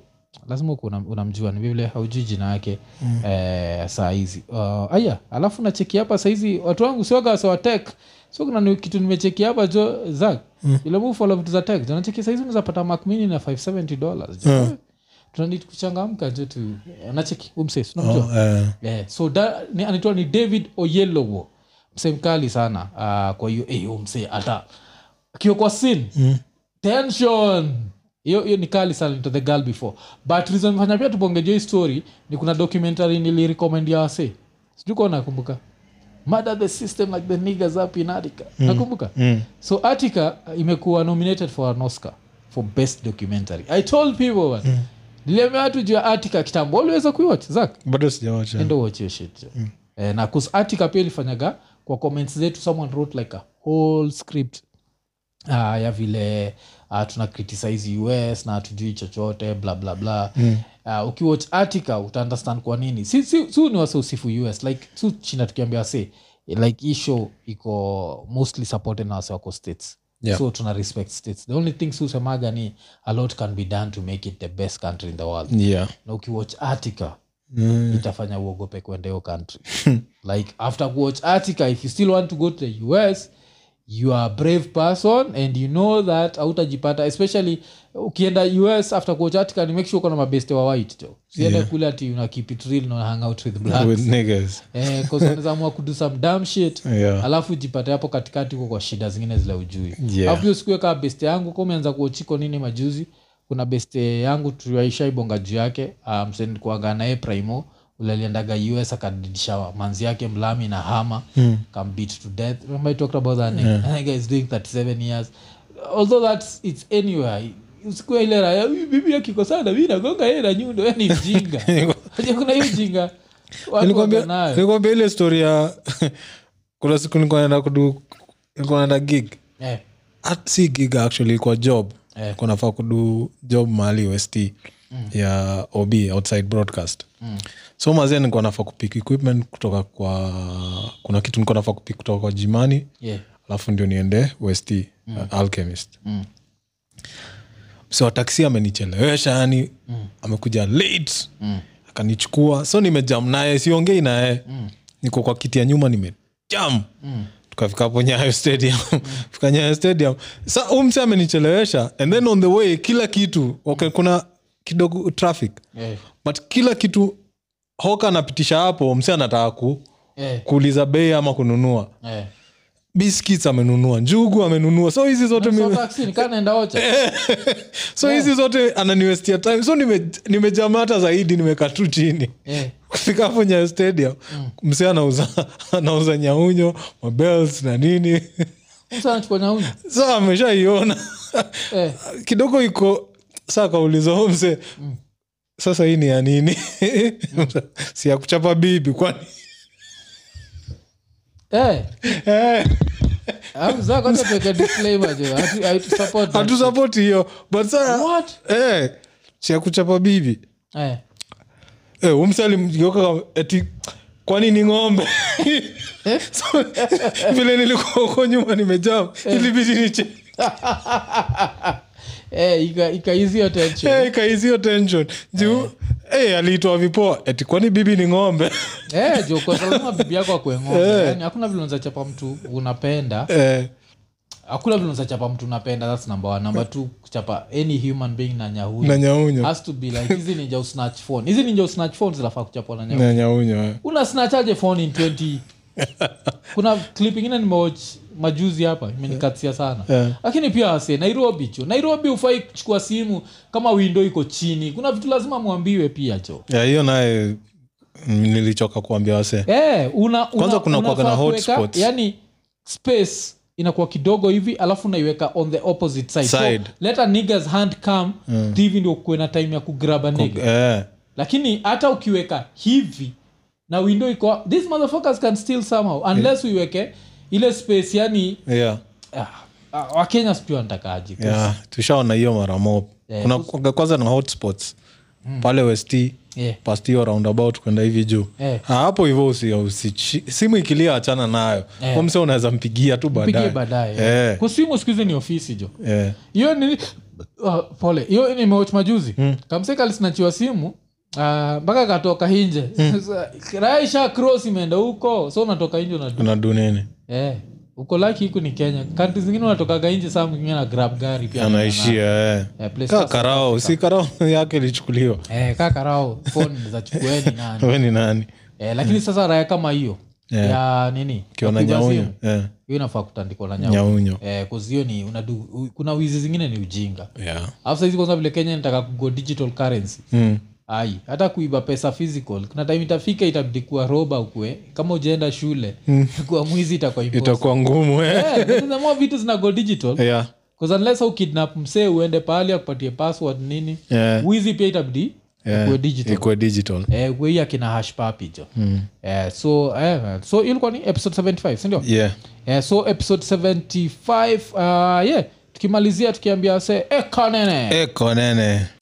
lazima uku unam- unamjua ni vile haujui jina yake mm. eh, saa hizi uh, aya alafu nacheki hapa sahizi watu wangu sioga wasewatek so kuna ni- kitu nimecheki hapa jo zak mm. ile mufolo vitu za tek nacheki sahizi unazapata macmini na 570 dollars mm. tunanid kuchangamka jo tu nacheki umse unamjua
oh, eh.
yeah. so da, ni, anaitwa ni david oyelowo msee mkali sana uh, kwa hiyo eh, huyo msee hata akiwa kwa sin mm. tension hiyo hiyo ni kali sana to the girl before but reason fanya pia tubongeje hii story ni kuna documentary nilirecommend ya wase sijui kuwa nakumbuka murder the system like the niggers up in attica mm. nakumbuka mm. so attica uh, imekuwa nominated for an oscar for best documentary i told people man, mm. niliambia watu juu ya attica kitambo aliweza kuiwatch zak
bado sijawacha
endo watch your shit yeah. eh, na kus article pia ilifanyaga kwa comments zetu someone wrote like a whole script uh, ya vile uh, tuna criticize us na hatujui chochote bla bla bla mm. uh, ukiwatch article utaunderstand kwa nini si, si, si ni wase usifu us like si china tukiambia wase like hii show iko mostly supported na wase wako states
Yeah.
so tuna respect states the only thing siusemaga ni a lot can be done to make it the best country in the world
yeah
na ukiwatch artica Mm.
Mm.
itafanya uogope kwenda hiyo country like after kuwatch article if you still want to go to the us you are a brave person and you know that autajipata especially ukienda us after kuwatch article ni make sure uko na mabeste wa white jo sienda
Yeah.
kule ati una keep it real na hang out with
with
blacks
niggas
eh, 'cause unaweza amua kudo some dumb shit
yeah
alafu jipate hapo katikati huko kwa shida zingine zile ujui
Yeah.
alafu usikue kaa beste yangu ka umeanza kuochiko nini majuzi kuna beste yangu tuaishaibonga juu yake ah, mse nilikuwaga naye primo ulaliendaga us akadidisha manzi yake mlami na hama mm. beat to death remember I talked about that nigga? That nigga is doing 37 years although that's it's anywhere usikue ile raya "Huyu bibi akiko sana mi nagonga yeye na nyundo yani ujinga Unajua kuna hiyo ujinga watu wako nayo.
nikwambia ile story ya kuna siku nilikuwa naenda kudu nilikuwa naenda gig
Eh,
At- si gig actually kwa job
Eh. Mm.
Nilikuwa nafaa kudu job mahali west E. ya ob outside broadcast so mazia nikuwa nafaa kupik equipment kutoka kwa kuna kitu nikuwa nafaa kupik kutoka kwa jimani
yeah.
alafu ndio niende west mm. alchemist mm. so wa taksi amenichelewesha yani mm. amekuja late mm. akanichukua so nimejam naye siongei naye mm. niko kwa kiti ya nyuma nimejam mm tukafika hapo nyayo stadium fika nyayo stadium sa huu mse amenichelewesha and then on the way kila kitu okay, kuna kidogo traffic
Eh,
but kila kitu hoka anapitisha hapo mse anataka ku,
eh,
kuuliza bei ama kununua
eh.
biscuits amenunua njugu amenunua so hizi zote mi- Eh. so hizi zote ananiwestia time so nime- nimejamata zaidi nimekaa tu chini
Eh.
kufika hapo nyayo stadium mse anauza anauza nyaunyo mabels na nini so ameshaiona
Eh.
kidogo iko saa kauliza huo mse sasa hii ni ya nini si ya kuchapa bibi kwani
Eh.
hatusapoti hiyo but saa eh, si ya kuchapa bibi Eh, huyu msee alimgeuka kama, eti kwani ni ng'ombe So, vile nilikuwa huko nyuma nimejam ilibidi niche Eh, kaizio tension juu eh, aliitoa vipoa eti kwani bibi ni ng'ombe
Eh, ikaiziotensionjokazalama bibi yako akueng'oani hakuna vile unaweza chapa mtu unapenda
Eh,
hakuna vile unaweza chapa mtu unapenda thats number one number two kuchapa any human being na
na
nyahuni
nyaunyo
has to be like hizi ninja usnatch phone hizi ninja usnatch phone zinafaa kuchapwa na nyahuni
na nyaunyo eh.
una snachaje phone in 20 kuna clip ingine nimewatch majuzi hapa imenikatia sana
Yeah.
lakini pia wase nairobi cho nairobi hufai kuchukua simu kama windo iko chini kuna vitu lazima mwambiwe pia cho
Ya, hiyo naye mm, nilichoka kuambia wase
Eh, una, una,
Kwanza kuna kuwaga na
unafaa kuweka-
hotspots.
yani space inakuwa kidogo hivi alafu unaiweka on the opposite side,
Side.
So, let a nigger's hand come mm. hivi ndio kuwe na time ya kugraba nigga
Eh,
lakini hata ukiweka hivi na window iko these motherfuckers can still somehow unless yeah. uiweke ile space yani
yeah.
ah, ah, wakenya sijui wanatakaji
yeah. tushaona hiyo mara mob
Eh,
kuna kuwaga kwanza na hotspots pale west
Yeah.
past hiyo roundabout kwenda hivi juu
Eh.
Ah, hapo hivyo usi, usi, simu ikilia achana nayo
Eh.
yeah. mse unaweza mpigia tu
pigie
baadaye
baadaye
Eh,
kusimu siku hizi ni ofisi jo
eh.
hiyo ni ah, pole hiyo nimewatch majuzi
Hmm.
mm. kamseka alisinachiwa simu ah, mpaka akatoka hinje
Hmm.
raisha cross imeenda huko so unatoka hinje unadu
unadu nini
eh, uko laki huku ni kenya kanti zingine unatokaga nje saa mwingine na grab gari pia
anaishia eh.
Eh, place
kaa
sasa-
karao si karao yake ilichukuliwa
Eh, kaka rao phone za chukueni nani
we ni nani
eh, lakini sasa raya kama hiyo
Mm. Yeah.
ya nini
kiona
ya kuiba
nyaunyo
simu,
eh.
hiyo inafaa kutandikwa na nyau
nyaunyo
eh, 'cause hiyo ni unadu, u- kuna wizi zingine ni ujinga
yeah.
alafu saizi kwanza vile kenya nataka kugo digital currency
mm.
ai hata kuiba pesa physical kuna time itafika itabidi kuwa roba ukue kama ujaenda shule kuwa mwizi itakuwa impossible.
Mm. itakuwa ngumu eh.
Eh, lakini the more vitu zina go digital
yeah.
'cause unless au kidnap msee uende pahali akupatie password nini
Yeah.
wizi pia itabidi
Yeah.
kuwe digital
Ikuwe digital
eh, wei akina hashpapi jo mm. eh, so eh, so ilikuwa ni episode 75 sindio
yeah.
eh, so episode ah, 75 uh, yeah tukimalizia tukiambia se ekanene
eko nene